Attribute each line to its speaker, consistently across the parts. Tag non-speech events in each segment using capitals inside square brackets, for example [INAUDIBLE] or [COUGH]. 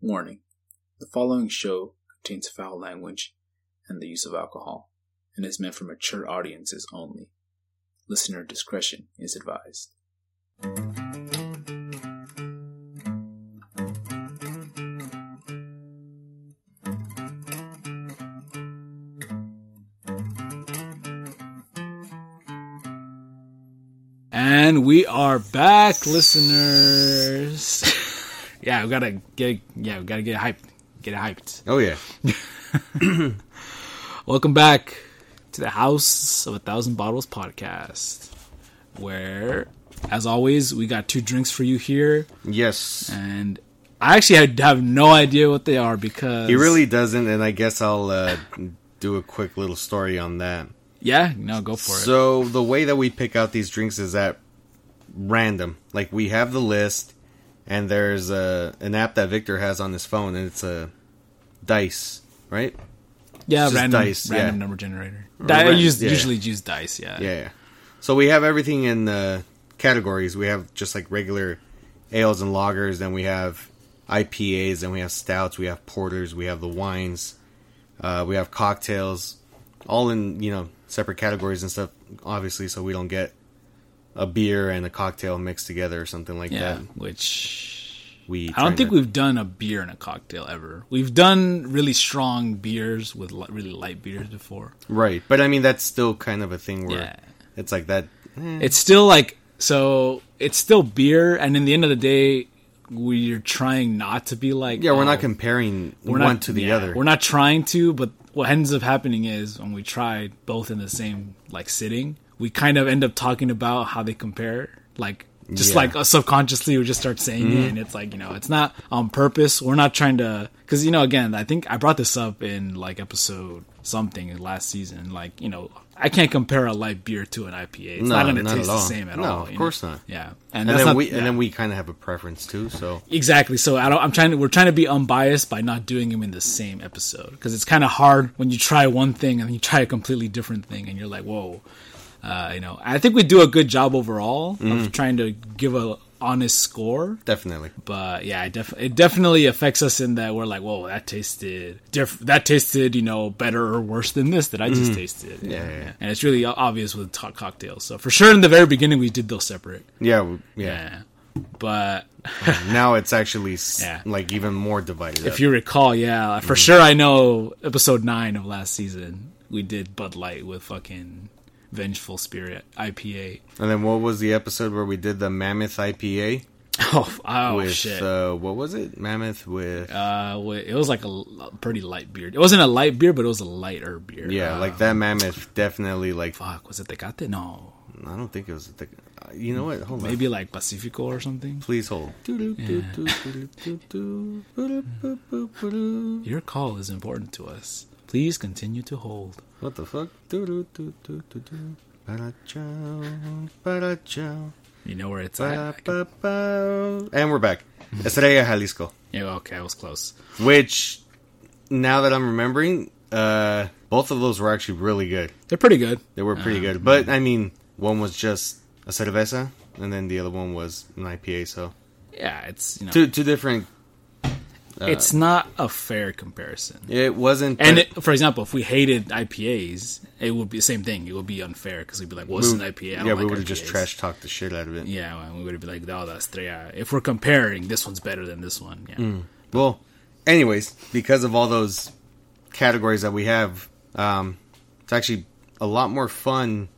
Speaker 1: Warning The following show contains foul language and the use of alcohol and is meant for mature audiences only. Listener discretion is advised.
Speaker 2: And we are back, listeners. yeah, we gotta get yeah, we gotta get hyped. Get it hyped.
Speaker 3: Oh yeah.
Speaker 2: Welcome back to the House of a Thousand Bottles podcast. Where, as always, we got two drinks for you here.
Speaker 3: Yes.
Speaker 2: And I actually had- have no idea what they are because
Speaker 3: He really doesn't, and I guess I'll uh, do a quick little story on that.
Speaker 2: Yeah, no, go for it.
Speaker 3: So the way that we pick out these drinks is at random. Like we have the list, and there's a an app that Victor has on his phone, and it's a dice, right?
Speaker 2: Yeah,
Speaker 3: just
Speaker 2: random
Speaker 3: dice,
Speaker 2: random
Speaker 3: yeah.
Speaker 2: number generator. Di- I
Speaker 3: ran-
Speaker 2: use,
Speaker 3: yeah.
Speaker 2: usually use dice, yeah.
Speaker 3: Yeah. So we have everything in the categories. We have just like regular ales and lagers, then we have IPAs, then we have stouts, we have porters, we have the wines, uh, we have cocktails, all in, you know, separate categories and stuff, obviously, so we don't get a beer and a cocktail mixed together or something like
Speaker 2: Yeah,
Speaker 3: that.
Speaker 2: which
Speaker 3: We
Speaker 2: I don't
Speaker 3: try
Speaker 2: think
Speaker 3: not-
Speaker 2: we've done a beer and a cocktail ever. We've done really strong beers with li- really light beers before.
Speaker 3: Right. But I mean that's still kind of a thing where
Speaker 2: Yeah.
Speaker 3: it's like that
Speaker 2: It's still like so it's still beer and in the end of the day we're trying not to be like
Speaker 3: Yeah, we're
Speaker 2: oh,
Speaker 3: not comparing
Speaker 2: we're
Speaker 3: one
Speaker 2: not-
Speaker 3: to the
Speaker 2: yeah,
Speaker 3: other.
Speaker 2: We're not trying to, but what ends up happening is when we try both in the same like sitting, we kind of end up talking about how they compare. Like just
Speaker 3: Yeah.
Speaker 2: like us subconsciously, we just start saying it, and it's like you know, it's not on purpose. We're not trying to because you know, again, I think I brought this up in like episode something last season. Like you know, I can't compare a light beer to an IPA. It's
Speaker 3: No,
Speaker 2: not going to
Speaker 3: not
Speaker 2: taste
Speaker 3: at
Speaker 2: the
Speaker 3: all.
Speaker 2: same at
Speaker 3: No,
Speaker 2: all.
Speaker 3: of
Speaker 2: you know?
Speaker 3: course not.
Speaker 2: Yeah,
Speaker 3: and then,
Speaker 2: not-
Speaker 3: we,
Speaker 2: yeah.
Speaker 3: and then we kind of have a preference too, so
Speaker 2: Exactly. So I don't, I'm trying. to- We're trying to be unbiased by not doing them in the same episode because it's kind of hard when you try one thing and then you try a completely different thing, and you're like, "Whoa!" Uh, you know. I think we do a good job overall
Speaker 3: Mm-hmm.
Speaker 2: of trying to give a honest score,
Speaker 3: definitely.
Speaker 2: but yeah, it, def- it definitely affects us in that we're like, "Whoa, that tasted diff- that tasted you know better or worse than this that I just tasted."
Speaker 3: Mm-hmm. Yeah, yeah, yeah.
Speaker 2: And it's really o- obvious with hot cocktails. So for sure, in the very beginning, we did those separate.
Speaker 3: Yeah, w- yeah.
Speaker 2: Yeah. But
Speaker 3: now it's actually s
Speaker 2: Yeah.
Speaker 3: like even more divided.
Speaker 2: If you recall, yeah,
Speaker 3: Mm-hmm.
Speaker 2: for sure I know episode nine of last season we did Bud Light with fucking Vengeful Spirit IPA.
Speaker 3: [LAUGHS] and then what was the episode where we did the Mammoth IPA
Speaker 2: Oh, f- oh
Speaker 3: with
Speaker 2: shit! Uh,
Speaker 3: uh, what was it? Mammoth with
Speaker 2: wa- it was like a l- pretty light beer. It wasn't a light beer, but it was a lighter beer.
Speaker 3: yeah,
Speaker 2: Uh,
Speaker 3: like that Mammoth definitely like
Speaker 2: fuck, was it Tecate? No,
Speaker 3: I don't think it was the uh, you know what? Hold on.
Speaker 2: maybe like Pacifico or something.
Speaker 3: Please
Speaker 2: [LAUGHS]
Speaker 3: hold.
Speaker 2: Your call is important to us. Please continue to hold.
Speaker 3: [LAUGHS] What the fuck? Ba-da-chow, ba-da-chow,
Speaker 2: You know where it's at.
Speaker 3: ba-da-ba-bow. And
Speaker 2: [LAUGHS]
Speaker 3: we're back. Estrella Jalisco.
Speaker 2: Yeah, okay, I was close.
Speaker 3: Which, now that I'm remembering, uh, both of those were actually really good.
Speaker 2: They're pretty good.
Speaker 3: They were pretty
Speaker 2: Uh-huh.
Speaker 3: good. But, I mean, one was just a cerveza, and then the other one was an IPA, so.
Speaker 2: Yeah, it's you know,
Speaker 3: Two, two different. uh,
Speaker 2: it's not a fair comparison.
Speaker 3: It wasn't.
Speaker 2: And
Speaker 3: but-
Speaker 2: it, for example, if we hated IPAs, it would be the same thing. It would be unfair because we'd be like, "Well, it's an IPA." I don't
Speaker 3: yeah,
Speaker 2: like
Speaker 3: we would have just
Speaker 2: IPAs."
Speaker 3: trash talked the shit out of it.
Speaker 2: Yeah, and we would be like, "Oh, that's Estrella." If we're comparing, this one's better than this one. Yeah,
Speaker 3: Mm. Well, anyways, because of all those categories that we have, um, it's actually a lot more fun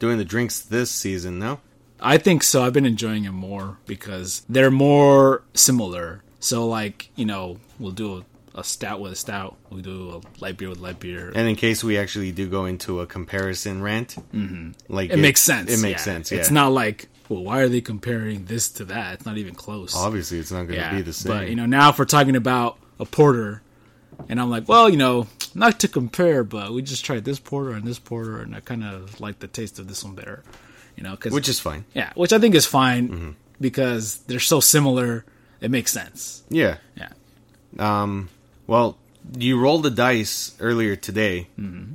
Speaker 3: doing the drinks this season. No,
Speaker 2: I think so. I've been enjoying it more because they're more similar. So, like, you know, we'll do a, a stout with a stout. We'll do a light beer with light beer.
Speaker 3: and in case we actually do go into a comparison rant, like
Speaker 2: Mm-hmm. it, makes sense.
Speaker 3: It makes
Speaker 2: yeah.
Speaker 3: sense. Yeah,
Speaker 2: It's not like, well, why are they comparing this to that? It's not even close.
Speaker 3: obviously it's not going to be the same.
Speaker 2: But you know, now if we're talking about a porter, and I'm like, well, you know, not to compare, but we just tried this porter and this porter, and I kind of like the taste of this one better, you know, because
Speaker 3: which Mm-hmm. is fine.
Speaker 2: yeah, which I think is fine because they're so similar, it makes sense.
Speaker 3: Yeah.
Speaker 2: Yeah,
Speaker 3: Well, you rolled the dice earlier today,
Speaker 2: Mm-hmm.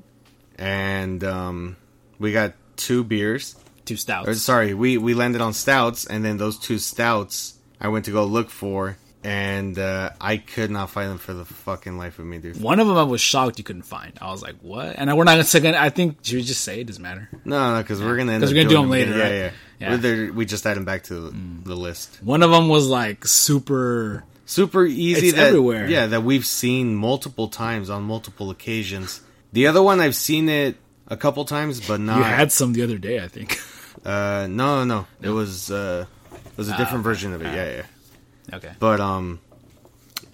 Speaker 3: and um, we got two beers.
Speaker 2: two
Speaker 3: Or,
Speaker 2: stouts.
Speaker 3: sorry, we we landed on stouts, and then those two stouts I went to go look for, and uh, I could not find them for the fucking life of me, dude.
Speaker 2: One of them I was shocked you couldn't find. I was like, what? And I, we're not going to, I think, should we just say it? doesn't matter.
Speaker 3: No, no, because we're gonna end
Speaker 2: 'Cause
Speaker 3: up
Speaker 2: we're gonna do
Speaker 3: doing
Speaker 2: them later,
Speaker 3: Yeah,
Speaker 2: right?
Speaker 3: yeah.
Speaker 2: Yeah. Mm.
Speaker 3: We're there- we just add them back to the, the list.
Speaker 2: One of them was like super.
Speaker 3: Super easy.
Speaker 2: It's
Speaker 3: that,
Speaker 2: everywhere.
Speaker 3: Yeah, that we've seen multiple times on multiple occasions. The other one I've seen it a couple times, but not.
Speaker 2: You had some the other day, I think. [LAUGHS]
Speaker 3: uh, no, no, it was uh, it
Speaker 2: Ah,
Speaker 3: was a different version of it. Yeah, yeah.
Speaker 2: okay.
Speaker 3: But um,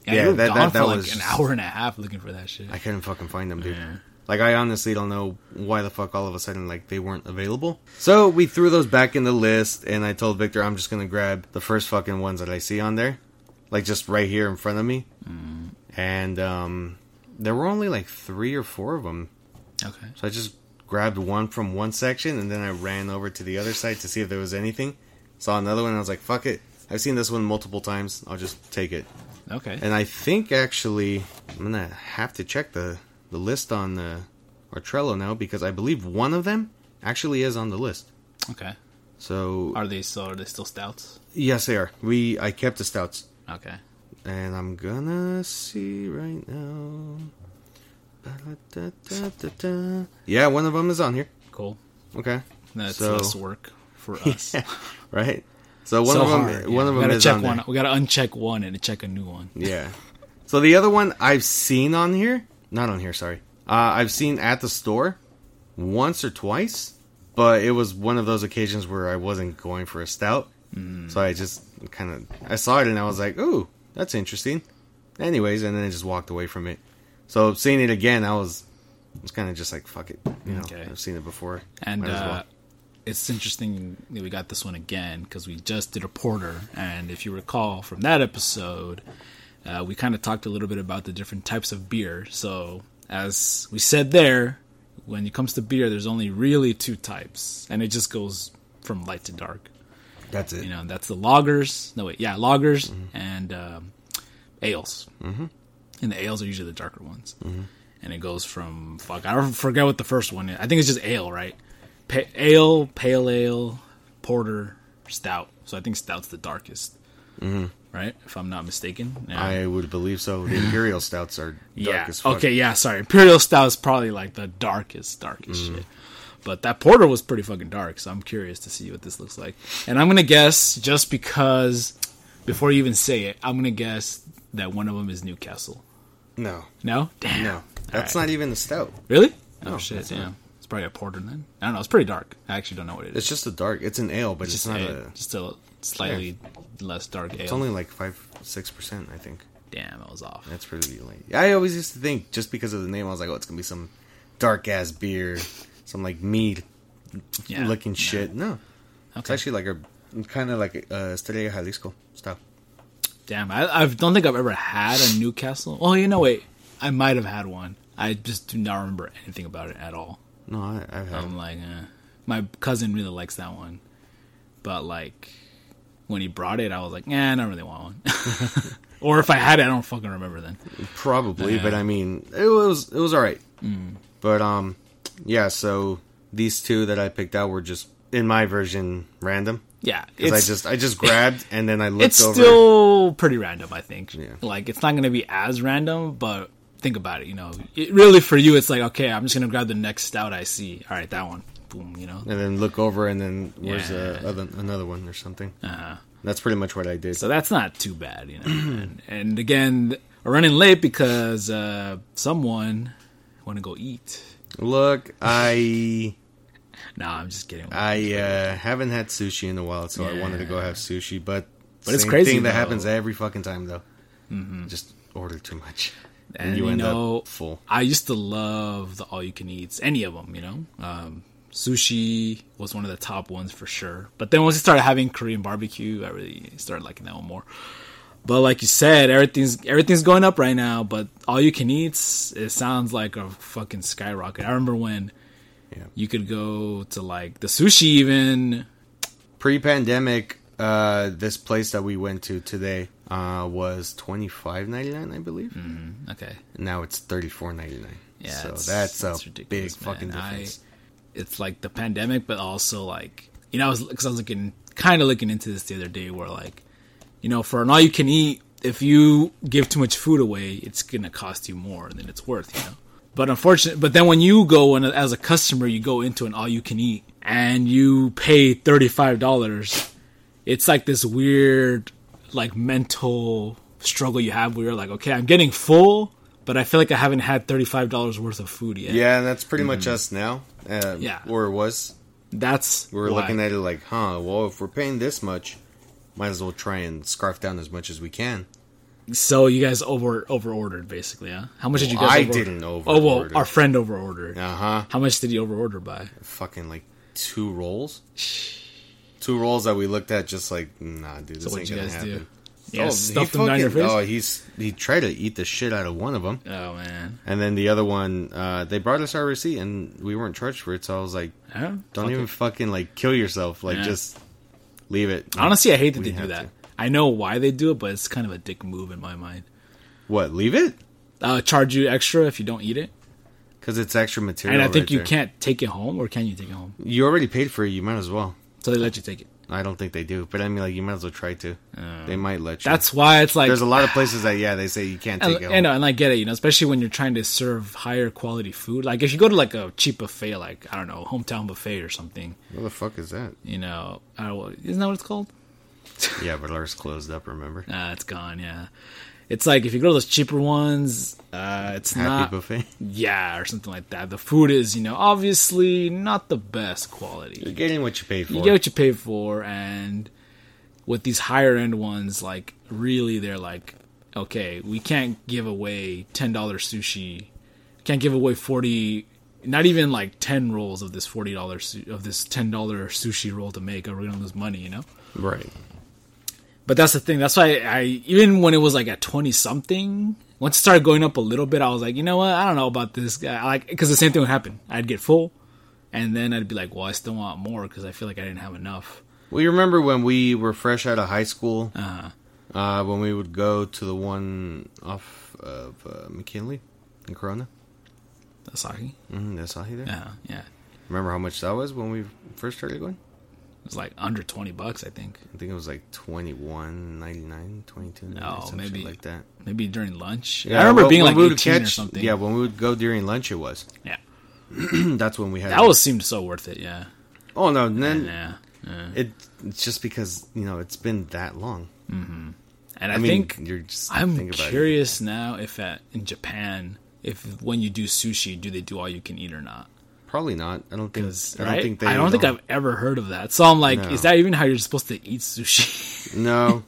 Speaker 2: Yeah,
Speaker 3: yeah,
Speaker 2: you were
Speaker 3: that-
Speaker 2: gone
Speaker 3: that-
Speaker 2: for
Speaker 3: that
Speaker 2: like
Speaker 3: was
Speaker 2: an
Speaker 3: just-
Speaker 2: hour and a half looking for that shit.
Speaker 3: I couldn't fucking find them, dude. Like I honestly don't know why the fuck all of a sudden like they weren't available. So we threw those back in the list, and I told Victor I'm just gonna grab the first fucking ones that I see on there, like just right here in front of me.
Speaker 2: Mm.
Speaker 3: And um, there were only like three or four of them,
Speaker 2: Okay.
Speaker 3: so I just grabbed one from one section, and then I ran over to the other side to see if there was anything. Saw another one, and I was like, "Fuck it." I've seen this one multiple times. I'll just take it.
Speaker 2: Okay.
Speaker 3: And I think actually I'm gonna have to check the the list on uh, our Trello now because I believe one of them actually is on the list.
Speaker 2: okay.
Speaker 3: So
Speaker 2: Are they still, are they still stouts?
Speaker 3: yes, they are. We I kept the stouts,
Speaker 2: Okay.
Speaker 3: and I'm gonna see right now. Ba-da-da-da-da-da. Yeah, one of them is on here.
Speaker 2: Cool.
Speaker 3: Okay,
Speaker 2: That's
Speaker 3: So-
Speaker 2: less work
Speaker 3: [LAUGHS]
Speaker 2: for us.
Speaker 3: right. So one
Speaker 2: so
Speaker 3: of them,
Speaker 2: hard. yeah.
Speaker 3: one of
Speaker 2: we
Speaker 3: them
Speaker 2: gotta
Speaker 3: is
Speaker 2: check
Speaker 3: on
Speaker 2: one.
Speaker 3: there.
Speaker 2: We gotta uncheck one and check a new one.
Speaker 3: Yeah. So the other one I've seen on here, not on here, sorry. Uh, I've seen at the store once or twice, but it was one of those occasions where I wasn't going for a stout,
Speaker 2: Mm.
Speaker 3: so I just kind of I saw it and I was like, "Ooh, that's interesting." Anyways, and then I just walked away from it. So seeing it again, I was, I was kind of just like, "Fuck it," you know.
Speaker 2: Okay.
Speaker 3: I've seen it before,
Speaker 2: And
Speaker 3: Might as well.
Speaker 2: uh, it's interesting that we got this one again because we just did a porter, and if you recall from that episode, uh, we kind of talked a little bit about the different types of beer. So as we said there, when it comes to beer, there's only really two types, and it just goes from light to dark.
Speaker 3: that's it.
Speaker 2: You know, that's the lagers. No wait, yeah, lagers and um, ales. Mm-hmm. And the ales are usually the darker ones. Mm-hmm. And it goes from fuck. I don't forget what the first one is. I think it's just ale, right? Pa- ale, pale ale, porter, stout. So I think stout's the darkest, mm-hmm. right? If I'm not mistaken. Yeah.
Speaker 3: I would believe so. The imperial stouts are dark
Speaker 2: um, yeah.
Speaker 3: as fuck.
Speaker 2: Okay. Yeah. Sorry. Imperial stout is probably like the darkest, darkest
Speaker 3: Mm.
Speaker 2: shit. But that porter was pretty fucking dark, so I'm curious to see what this looks like. And I'm gonna guess just because, before you even say it, I'm gonna guess that one of them is Newcastle.
Speaker 3: No,
Speaker 2: No, damn,
Speaker 3: no, that's
Speaker 2: right.
Speaker 3: not even a stout.
Speaker 2: really? Oh
Speaker 3: No,
Speaker 2: shit,
Speaker 3: that's
Speaker 2: yeah, it's probably a porter then. I don't know. It's pretty dark. I actually don't know what it is.
Speaker 3: It's just a dark. It's an ale, but it's,
Speaker 2: just
Speaker 3: not
Speaker 2: a,
Speaker 3: a.
Speaker 2: just a slightly less dark ale.
Speaker 3: It's only like five, six percent. I think
Speaker 2: damn, I was off.
Speaker 3: that's pretty late. I always used to think just because of the name, I was like, oh, it's gonna be some dark ass beer, some like mead
Speaker 2: Yeah.
Speaker 3: looking shit. No, it's
Speaker 2: Okay.
Speaker 3: actually like a kind of like a uh, Estrella Jalisco style.
Speaker 2: Damn, I, I don't think I've ever had a Newcastle. Well, you know, wait, I might have had one. I just do not remember anything about it at all.
Speaker 3: No, I, I've had.
Speaker 2: I'm like, eh. my cousin really likes that one, but like when he brought it, I was like, nah, I don't really want one. [LAUGHS] or if I had it, I don't fucking remember then.
Speaker 3: probably, but I mean, it was it was all right.
Speaker 2: Mm.
Speaker 3: But um, yeah. So these two that I picked out were just in my version random.
Speaker 2: Yeah,
Speaker 3: Because I just I just grabbed and then I looked
Speaker 2: it's
Speaker 3: over.
Speaker 2: still pretty random, I think.
Speaker 3: Yeah.
Speaker 2: Like it's not going to be as random, but think about it. You know, it, really for you, it's like okay, I'm just going to grab the next stout I see. All right, that one. Boom. You know,
Speaker 3: and then look over and then where's
Speaker 2: Yeah. Uh-huh.
Speaker 3: the other, another one or something. That's pretty much what I did.
Speaker 2: So that's not too bad, you know. and, and again, we're running late because uh, someone want to go eat.
Speaker 3: look, I
Speaker 2: No, I'm just kidding.
Speaker 3: I uh, haven't had sushi in a while, so I wanted to go
Speaker 2: Yeah.
Speaker 3: have sushi, but
Speaker 2: But it's crazy,
Speaker 3: thing that
Speaker 2: though. Mm-hmm.
Speaker 3: happens every fucking time though. Just order too much, and,
Speaker 2: And,
Speaker 3: you,
Speaker 2: you
Speaker 3: end
Speaker 2: know-
Speaker 3: up full.
Speaker 2: I used to love the all you can eats, any of them, you know. Um, sushi was one of the top ones for sure. But then once I started having Korean barbecue, I really started liking that one more. But like you said, everything's everything's going up right now. But all you can eats, it sounds like a fucking skyrocket. I remember when
Speaker 3: Yeah.
Speaker 2: you could go to like the sushi even.
Speaker 3: Pre-pandemic, uh, this place that we went to today uh, was twenty five ninety nine, I believe.
Speaker 2: Okay,
Speaker 3: Now it's thirty four ninety nine.
Speaker 2: Mm. Yeah,
Speaker 3: so
Speaker 2: it's-
Speaker 3: that's a
Speaker 2: it's
Speaker 3: big
Speaker 2: ridiculous,
Speaker 3: fucking
Speaker 2: man. I-
Speaker 3: difference.
Speaker 2: it's like the pandemic, but also like you know, I was because I was looking kind of looking into this the other day, where like you know, for an all you can eat, if you give too much food away, it's gonna cost you more than it's worth, you know. But unfortunately, but then when you go and as a customer, you go into an all you can eat and you pay thirty five dollars, it's like this weird like mental struggle you have where you're like, okay, I'm getting full, but I feel like I haven't had thirty five dollars worth of food yet.
Speaker 3: Yeah, and that's pretty much us now. Uh,
Speaker 2: Mm-hmm. Yeah.
Speaker 3: or it was.
Speaker 2: That's
Speaker 3: We were
Speaker 2: why.
Speaker 3: looking at it like, huh? Well, if we're paying this much, might as well try and scarf down as much as we can.
Speaker 2: So you guys over over ordered basically, huh? How much did you guys?
Speaker 3: I
Speaker 2: overorder?
Speaker 3: didn't
Speaker 2: Oh well,
Speaker 3: overorder.
Speaker 2: our friend over ordered.
Speaker 3: Uh huh.
Speaker 2: How much did he over order by?
Speaker 3: Fucking like two
Speaker 2: [SIGHS]
Speaker 3: rolls. Two rolls that we looked at, just like, nah, dude, this
Speaker 2: So
Speaker 3: ain't
Speaker 2: what'd you
Speaker 3: gonna
Speaker 2: guys
Speaker 3: happen.
Speaker 2: do? Yeah,
Speaker 3: Oh,
Speaker 2: stuffed
Speaker 3: he
Speaker 2: them down your
Speaker 3: fucking-
Speaker 2: face.
Speaker 3: Oh,
Speaker 2: Oh,
Speaker 3: he's he tried to eat the shit out of one of them,
Speaker 2: man,
Speaker 3: and then the other one, uh, they brought us our receipt, and we weren't charged for it. So I was like,
Speaker 2: Huh?
Speaker 3: don't
Speaker 2: Fuck
Speaker 3: even
Speaker 2: it.
Speaker 3: fucking like kill yourself, like
Speaker 2: Yeah.
Speaker 3: just leave it.
Speaker 2: Honestly, I hate that
Speaker 3: We
Speaker 2: they do
Speaker 3: have
Speaker 2: that.
Speaker 3: to.
Speaker 2: I know why they do it, but it's kind of a dick move in my mind.
Speaker 3: what? Leave it
Speaker 2: Uh, charge you extra if you don't eat it,
Speaker 3: because it's extra material.
Speaker 2: and I think
Speaker 3: right
Speaker 2: you
Speaker 3: there.
Speaker 2: can't take it home, or can you take it home?
Speaker 3: You already paid for it. You might as well.
Speaker 2: So they let you take it.
Speaker 3: I don't think they do, but I mean, like, you might as well try to. they might let you.
Speaker 2: Oh. That's why it's like
Speaker 3: there's a lot of places that yeah, they say you can't take
Speaker 2: and,
Speaker 3: it home.
Speaker 2: and, and I get it, you know, especially when you're trying to serve higher quality food. Like if you go to like a cheap buffet, like I don't know, hometown buffet or something,
Speaker 3: what the fuck is that?
Speaker 2: you know, I don't, isn't that what it's called?
Speaker 3: Yeah, but ours closed up. Remember,
Speaker 2: Uh, it's gone. Yeah, it's like if you go to those cheaper ones, uh, it's
Speaker 3: happy
Speaker 2: not
Speaker 3: buffet. [LAUGHS]
Speaker 2: yeah or something like that. The food is you know obviously not the best quality.
Speaker 3: You're getting what you paid for.
Speaker 2: You get what you pay for, and with these higher end ones, like really, they're like, okay, we can't give away ten dollar sushi, can't give away forty. Not even like ten rolls of this forty dollars of this ten dollar sushi roll to make, or we're gonna lose money, you know.
Speaker 3: right.
Speaker 2: But that's the thing. That's why I, I even when it was like at twenty something, once it started going up a little bit, I was like, you know what? I don't know about this guy. I Like, because the same thing would happen. I'd get full, and then I'd be like, well, I still want more because I feel like I didn't have enough.
Speaker 3: Well, you remember when we were fresh out of high school?
Speaker 2: Uh-huh.
Speaker 3: uh when we would go to the one off of uh, McKinley in Corona?
Speaker 2: That's sake.
Speaker 3: Mm-hmm, that's Ahi there.
Speaker 2: Yeah, yeah.
Speaker 3: Remember how much that was when we first started going?
Speaker 2: It was like under twenty bucks, I think.
Speaker 3: I think it was like 21 99 22
Speaker 2: No,
Speaker 3: some
Speaker 2: maybe-
Speaker 3: shit like that.
Speaker 2: Maybe during lunch. I remember
Speaker 3: well,
Speaker 2: being
Speaker 3: when
Speaker 2: like
Speaker 3: we would
Speaker 2: eighteen or
Speaker 3: catch-
Speaker 2: something.
Speaker 3: Yeah, when we would go during lunch, it was. [CLEARS THROAT]
Speaker 2: yeah.
Speaker 3: that's when we had.
Speaker 2: That was seemed so worth it. Yeah,
Speaker 3: Oh no, and then
Speaker 2: yeah. yeah.
Speaker 3: it. It's just because you know it's been that long.
Speaker 2: And I,
Speaker 3: I, mean,
Speaker 2: think
Speaker 3: you're just.
Speaker 2: I'm
Speaker 3: think about it.
Speaker 2: curious now if at in Japan, if when you do sushi, do they do all you can eat or not?
Speaker 3: Probably not. I don't think.
Speaker 2: Because
Speaker 3: I
Speaker 2: right?
Speaker 3: don't think they.
Speaker 2: I've ever heard of that. So I'm like,
Speaker 3: No.
Speaker 2: is that even how you're supposed to eat sushi? [LAUGHS]
Speaker 3: No.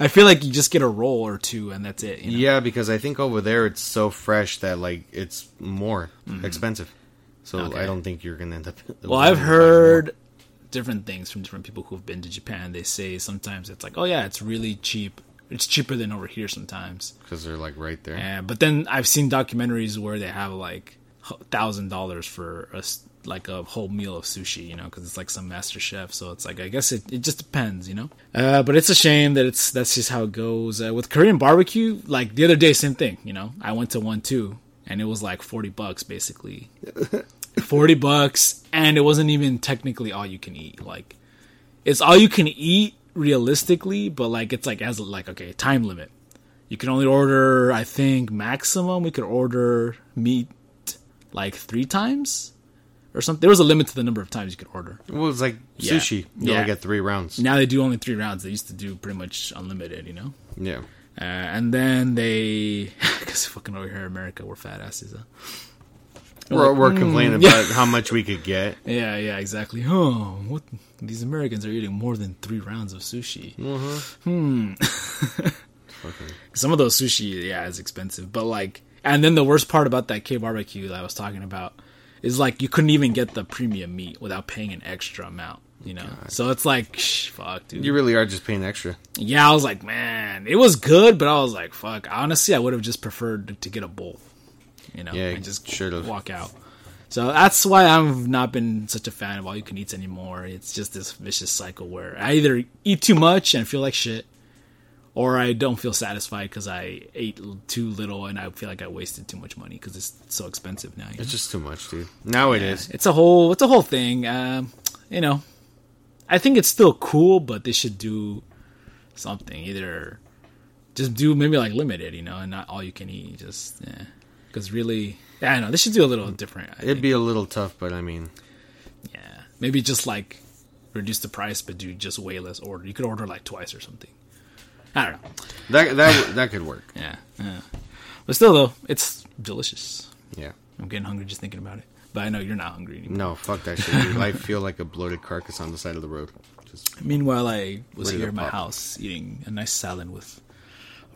Speaker 2: I feel like you just get a roll or two and that's it. You know?
Speaker 3: Yeah, because I think over there it's so fresh that like it's more expensive. So
Speaker 2: Mm-hmm. Okay.
Speaker 3: I don't think you're gonna end up. [LAUGHS]
Speaker 2: Well, I've heard different things from different people who've been to Japan. They say sometimes it's like, oh yeah, it's really cheap. It's cheaper than over here sometimes.
Speaker 3: because they're like right there.
Speaker 2: And, but then I've seen documentaries where they have like thousand dollars for a s like a whole meal of sushi, you know, because it's like some master chef. So it's like I guess it, it just depends, you know. Uh, but it's a shame that it's that's just how it goes uh, with Korean barbecue. Like the other day, same thing, you know. I went to one too, and it was like forty bucks basically, forty bucks, and it wasn't even technically all you can eat. Like it's all you can eat realistically, but like it's like as like okay time limit. You can only order, I think, maximum. We could order meat like three times or something. There was a limit to the number of times you could order.
Speaker 3: Well, it's like
Speaker 2: Yeah.
Speaker 3: sushi. You
Speaker 2: Yeah.
Speaker 3: only get three rounds.
Speaker 2: Now they do only three rounds. They used to do pretty much unlimited, you know?
Speaker 3: Yeah.
Speaker 2: Uh, and then they, [LAUGHS] because fucking over here in America, we're fat asses, huh?
Speaker 3: We're, we're complaining about how much we could get.
Speaker 2: Yeah, yeah, exactly. Oh, what? These Americans are eating more than three rounds of sushi. Hmm.
Speaker 3: Fucking-
Speaker 2: [LAUGHS] some of those sushi yeah is expensive but like and then the worst part about that k barbecue that i was talking about is like you couldn't even get the premium meat without paying an extra amount you know so it's like shh, fuck dude
Speaker 3: You really are just paying extra.
Speaker 2: yeah i was like man it was good but i was like fuck honestly i would have just preferred to, to get a bowl you know
Speaker 3: Yeah,
Speaker 2: and just
Speaker 3: should've.
Speaker 2: walk out so that's why i've not been such a fan of all you can eats anymore it's just this vicious cycle where i either eat too much and feel like shit or I don't feel satisfied because I ate l- too little and I feel like I wasted too much money because it's so expensive now. you know?
Speaker 3: It's just too much, dude. Now it is.
Speaker 2: It's a whole it's a whole thing. Um, you know, I think it's still cool, but they should do something either just do maybe like limited, you know, and not all you can eat. Just because really, yeah, I know they should do a little different. I
Speaker 3: It'd be a little tough, but I mean,
Speaker 2: think. yeah, maybe just like reduce the price, but do just way less order. You could order like twice or something. I don't know.
Speaker 3: that that that could work.
Speaker 2: Yeah, yeah. but still though, it's delicious.
Speaker 3: Yeah.
Speaker 2: I'm getting hungry just thinking about it. But I know you're not hungry anymore.
Speaker 3: No, fuck that shit. Dude. I feel like a bloated carcass on the side of the road. Just
Speaker 2: Meanwhile, I was
Speaker 3: Ready to
Speaker 2: here at my
Speaker 3: pop.
Speaker 2: house eating a nice salad with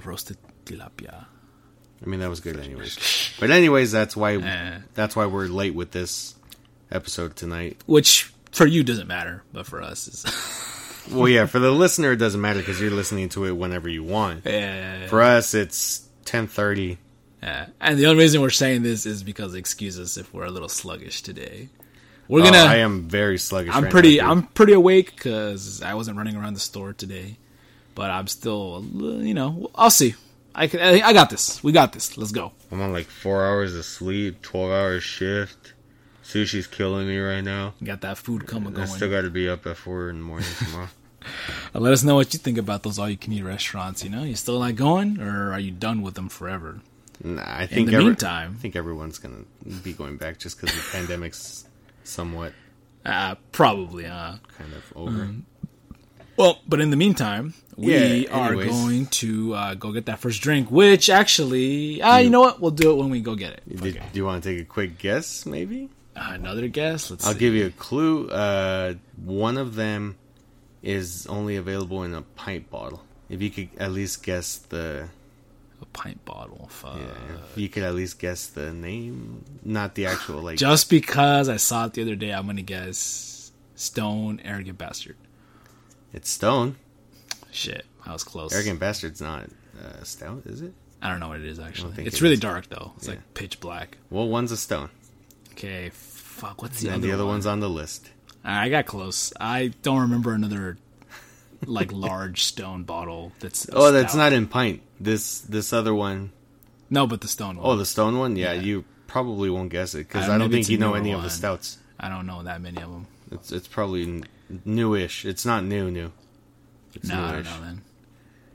Speaker 2: roasted tilapia.
Speaker 3: I mean that was good anyways. But anyways, that's why
Speaker 2: Eh.
Speaker 3: that's why we're late with this episode tonight.
Speaker 2: which for you doesn't matter, but for us, is [LAUGHS]
Speaker 3: Well, yeah, for the listener it doesn't matter because you're listening to it whenever you want.
Speaker 2: yeah.
Speaker 3: For us, it's ten thirty.
Speaker 2: yeah. And the only reason we're saying this is because excuse us if we're a little sluggish today. We're
Speaker 3: Oh,
Speaker 2: gonna.
Speaker 3: I am very sluggish.
Speaker 2: I'm
Speaker 3: right
Speaker 2: pretty.
Speaker 3: now, dude.
Speaker 2: I'm pretty awake because I wasn't running around the store today, but I'm still. a li- You know, I'll see. I can. I I got this. We got this. Let's go.
Speaker 3: I'm on like four hours of sleep, twelve hour shift. Sushi's killing me right now.
Speaker 2: Got that food coming
Speaker 3: I
Speaker 2: going.
Speaker 3: still got to be up at four in the morning tomorrow.
Speaker 2: Let us know what you think about those all-you-can-eat restaurants. You know, you still like going, or are you done with them forever?
Speaker 3: [LAUGHS] nah, I think
Speaker 2: the
Speaker 3: every-
Speaker 2: meantime-
Speaker 3: I think everyone's gonna be going back just because the pandemic's somewhat
Speaker 2: Uh, probably. Uh,
Speaker 3: kind of over.
Speaker 2: Well, but in the meantime, we
Speaker 3: Yeah,
Speaker 2: are
Speaker 3: anyways.
Speaker 2: going to uh, go get that first drink, which actually, uh, you know what? We'll do it when we go get it.
Speaker 3: Did- do you want to take a quick guess? Maybe
Speaker 2: Another guess. Let's
Speaker 3: I'll
Speaker 2: see.
Speaker 3: give you a clue. Uh, one of them is only available in a pint bottle. If you could at least guess the,
Speaker 2: a pint bottle. Fuck.
Speaker 3: yeah, if you could at least guess the name, not the actual like.
Speaker 2: Just because I saw it the other day, I'm gonna guess Stone Arrogant Bastard.
Speaker 3: It's Stone.
Speaker 2: Shit, I was close.
Speaker 3: Arrogant Bastard's not uh, stout, is it?
Speaker 2: I don't know what it is actually.
Speaker 3: think
Speaker 2: It's
Speaker 3: it
Speaker 2: really
Speaker 3: is.
Speaker 2: dark though. It's
Speaker 3: Yeah.
Speaker 2: like pitch black.
Speaker 3: Well, one's a stone,
Speaker 2: Okay, fuck. What's the
Speaker 3: and
Speaker 2: other?
Speaker 3: the other
Speaker 2: one?
Speaker 3: one's on the list.
Speaker 2: I got close. I don't remember another like
Speaker 3: [LAUGHS]
Speaker 2: large stone bottle. That's
Speaker 3: Oh, that's
Speaker 2: stout.
Speaker 3: not in pint. This this other one.
Speaker 2: No, but the stone one.
Speaker 3: Oh, the stone one. Yeah, you probably won't guess it because
Speaker 2: Uh,
Speaker 3: I don't
Speaker 2: maybe
Speaker 3: think
Speaker 2: it's a
Speaker 3: you know
Speaker 2: newer
Speaker 3: any of the
Speaker 2: one.
Speaker 3: stouts.
Speaker 2: I don't know that many of them.
Speaker 3: It's it's probably n- newish. It's not new, new. It's
Speaker 2: No, I don't know then.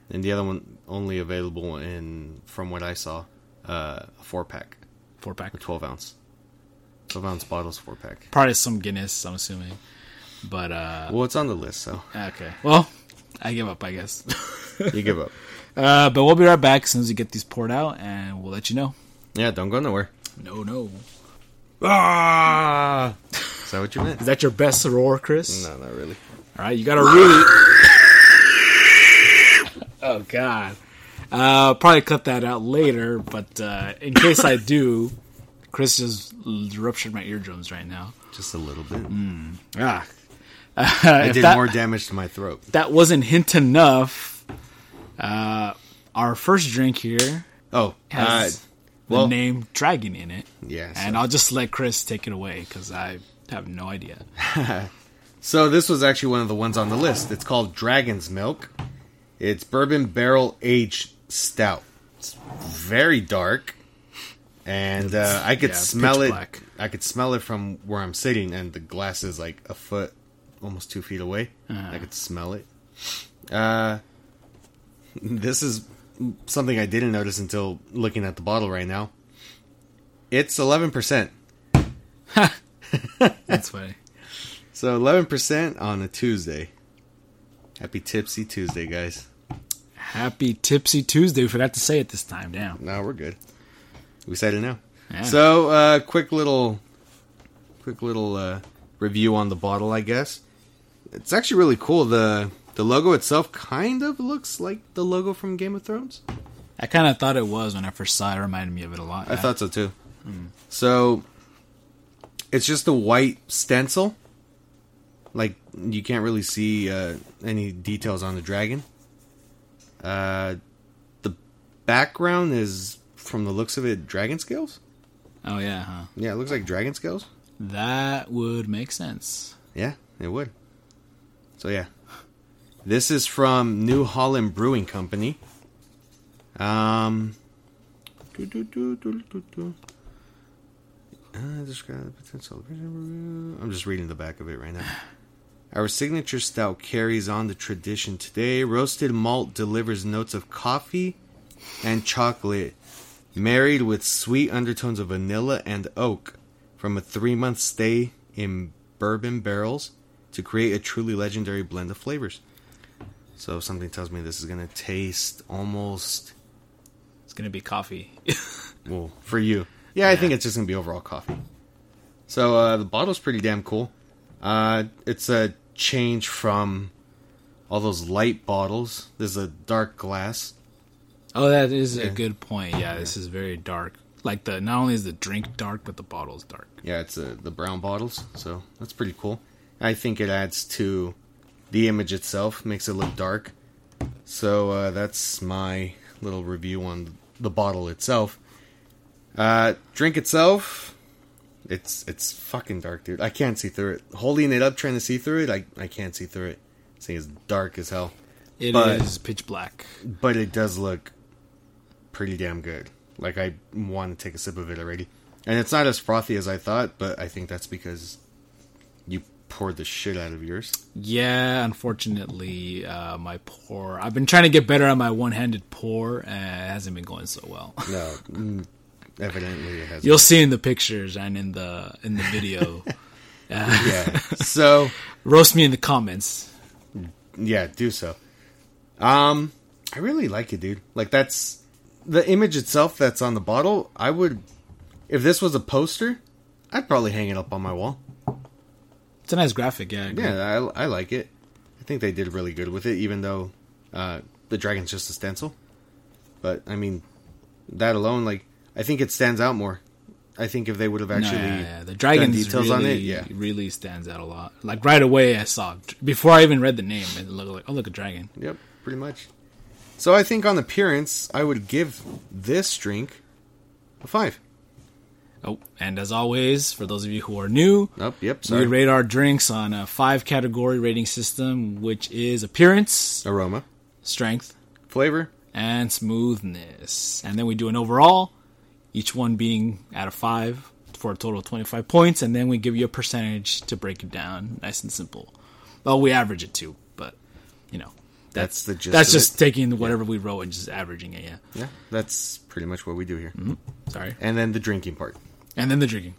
Speaker 3: And the other one only available in, from what I saw, uh, a four pack,
Speaker 2: Four pack.
Speaker 3: a twelve ounce, twelve ounce bottles, four pack.
Speaker 2: Probably some Guinness, I'm assuming. But uh
Speaker 3: Well, it's on the list, [LAUGHS] so
Speaker 2: okay. Well, I give up, I guess. [LAUGHS]
Speaker 3: you give up.
Speaker 2: uh but we'll be right back as soon as we get these poured out and we'll let you know.
Speaker 3: Yeah, don't go nowhere.
Speaker 2: No no. Ah!
Speaker 3: Is that what you meant?
Speaker 2: Is that your best roar, Chris?
Speaker 3: [LAUGHS] No, not really.
Speaker 2: Alright, you gotta really [LAUGHS] Oh god. Uh probably cut that out later, but uh in case I do, Chris just l- ruptured my eardrums right now.
Speaker 3: Just a little bit.
Speaker 2: Ah.
Speaker 3: I
Speaker 2: Uh, If
Speaker 3: did
Speaker 2: that-
Speaker 3: more damage to my throat.
Speaker 2: that wasn't hint enough, uh, our first drink here
Speaker 3: Oh, uh,
Speaker 2: has
Speaker 3: well-
Speaker 2: the name Dragon in it.
Speaker 3: yeah. so-
Speaker 2: And I'll just let Chris take it away because I have no idea.
Speaker 3: So this was actually one of the ones on the list. It's called Dragon's Milk. It's bourbon barrel aged stout. It's very dark, and uh, I could
Speaker 2: Yeah,
Speaker 3: smell
Speaker 2: pitch
Speaker 3: it.
Speaker 2: black.
Speaker 3: I could smell it from where I'm sitting, and the glass is like a foot, almost two feet away.
Speaker 2: Ah.
Speaker 3: I could smell it. Uh, this is something I didn't notice until looking at the bottle right now. It's eleven percent.
Speaker 2: That's funny.
Speaker 3: So eleven percent on a Tuesday. Happy Tipsy Tuesday, guys.
Speaker 2: Happy Tipsy Tuesday. We forgot to say it this time. Damn.
Speaker 3: No, we're good. We said it now.
Speaker 2: Yeah.
Speaker 3: So, uh, quick little, quick little uh, review on the bottle, I guess. It's actually really cool. the The logo itself kind of looks like the logo from Game of Thrones.
Speaker 2: I kind of thought it was when I first saw it. It reminded me of it a lot.
Speaker 3: I thought so too. So it's just a white stencil. Like you can't really see uh, any details on the dragon. Uh, the background is, from the looks of it, dragon scales.
Speaker 2: Oh, yeah, huh?
Speaker 3: Yeah, it looks like dragon scales.
Speaker 2: That would make sense.
Speaker 3: Yeah, it would. So yeah, this is from New Holland Brewing Company. Um, do, do, do, do, do, do. Uh, describe the potential. I'm just reading the back of it right now. Our signature stout carries on the tradition today. Roasted malt delivers notes of coffee, and chocolate, married with sweet undertones of vanilla and oak, from a three month stay in bourbon barrels to create a truly legendary blend of flavors. So something tells me this is gonna taste almost
Speaker 2: It's gonna be coffee. [LAUGHS]
Speaker 3: well for you. Yeah, I think it's just gonna be overall coffee. So uh, the bottle's pretty damn cool. Uh, it's a change from all those light bottles. This is a dark glass.
Speaker 2: oh, that is a good point. Yeah, this is very dark. Like the not only is the drink dark, but the bottle's dark.
Speaker 3: Yeah, it's uh, the brown bottles, so that's pretty cool. I think it adds to the image itself, makes it look dark. So uh, that's my little review on the bottle itself. Uh, drink itself, it's it's fucking dark, dude. I can't see through it. Holding it up, trying to see through it, I I can't see through it. This thing is dark as hell,
Speaker 2: It is
Speaker 3: But-
Speaker 2: pitch black.
Speaker 3: but it does look pretty damn good. Like I want to take a sip of it already, and it's not as frothy as I thought, but I think that's because you poured the shit out of yours.
Speaker 2: Yeah, unfortunately, uh, my pour. I've been trying to get better at my one-handed pour, and it hasn't been going so well.
Speaker 3: No, mm, evidently it has.
Speaker 2: You'll see in the pictures and in the in the video.
Speaker 3: yeah. So
Speaker 2: Roast me in the comments.
Speaker 3: yeah, do so. Um, I really like it, dude. Like that's the image itself that's on the bottle. I would, if this was a poster, I'd probably hang it up on my wall.
Speaker 2: It's a nice graphic, yeah. I agree.
Speaker 3: Yeah, I, I like it. I think they did really good with it, even though uh, the dragon's just a stencil. But I mean, that alone, like, I think it stands out more. I think if they would have
Speaker 2: No,
Speaker 3: actually,
Speaker 2: yeah, yeah. the dragons
Speaker 3: details
Speaker 2: really,
Speaker 3: on it, yeah.
Speaker 2: really stands out a lot. Like right away, I saw before I even read the name, it looked like oh look a dragon.
Speaker 3: yep, pretty much. So I think on appearance, I would give this drink a five.
Speaker 2: Oh, and as always, for those of you who are new,
Speaker 3: Nope, yep,
Speaker 2: we
Speaker 3: sorry.
Speaker 2: rate our drinks on a five category rating system, which is appearance,
Speaker 3: Aroma,
Speaker 2: strength,
Speaker 3: flavor,
Speaker 2: and smoothness. And then we do an overall, each one being out of five for a total of 25 points. And then we give you a percentage to break it down nice and simple. Well, we average it too, but you know,
Speaker 3: That's the gist
Speaker 2: That's
Speaker 3: of
Speaker 2: just
Speaker 3: it.
Speaker 2: taking whatever we wrote and just averaging it. Yeah.
Speaker 3: yeah, that's pretty much what we do here.
Speaker 2: Mm-hmm. Sorry.
Speaker 3: And then the drinking part.
Speaker 2: And then the
Speaker 3: [LAUGHS]
Speaker 2: drinking.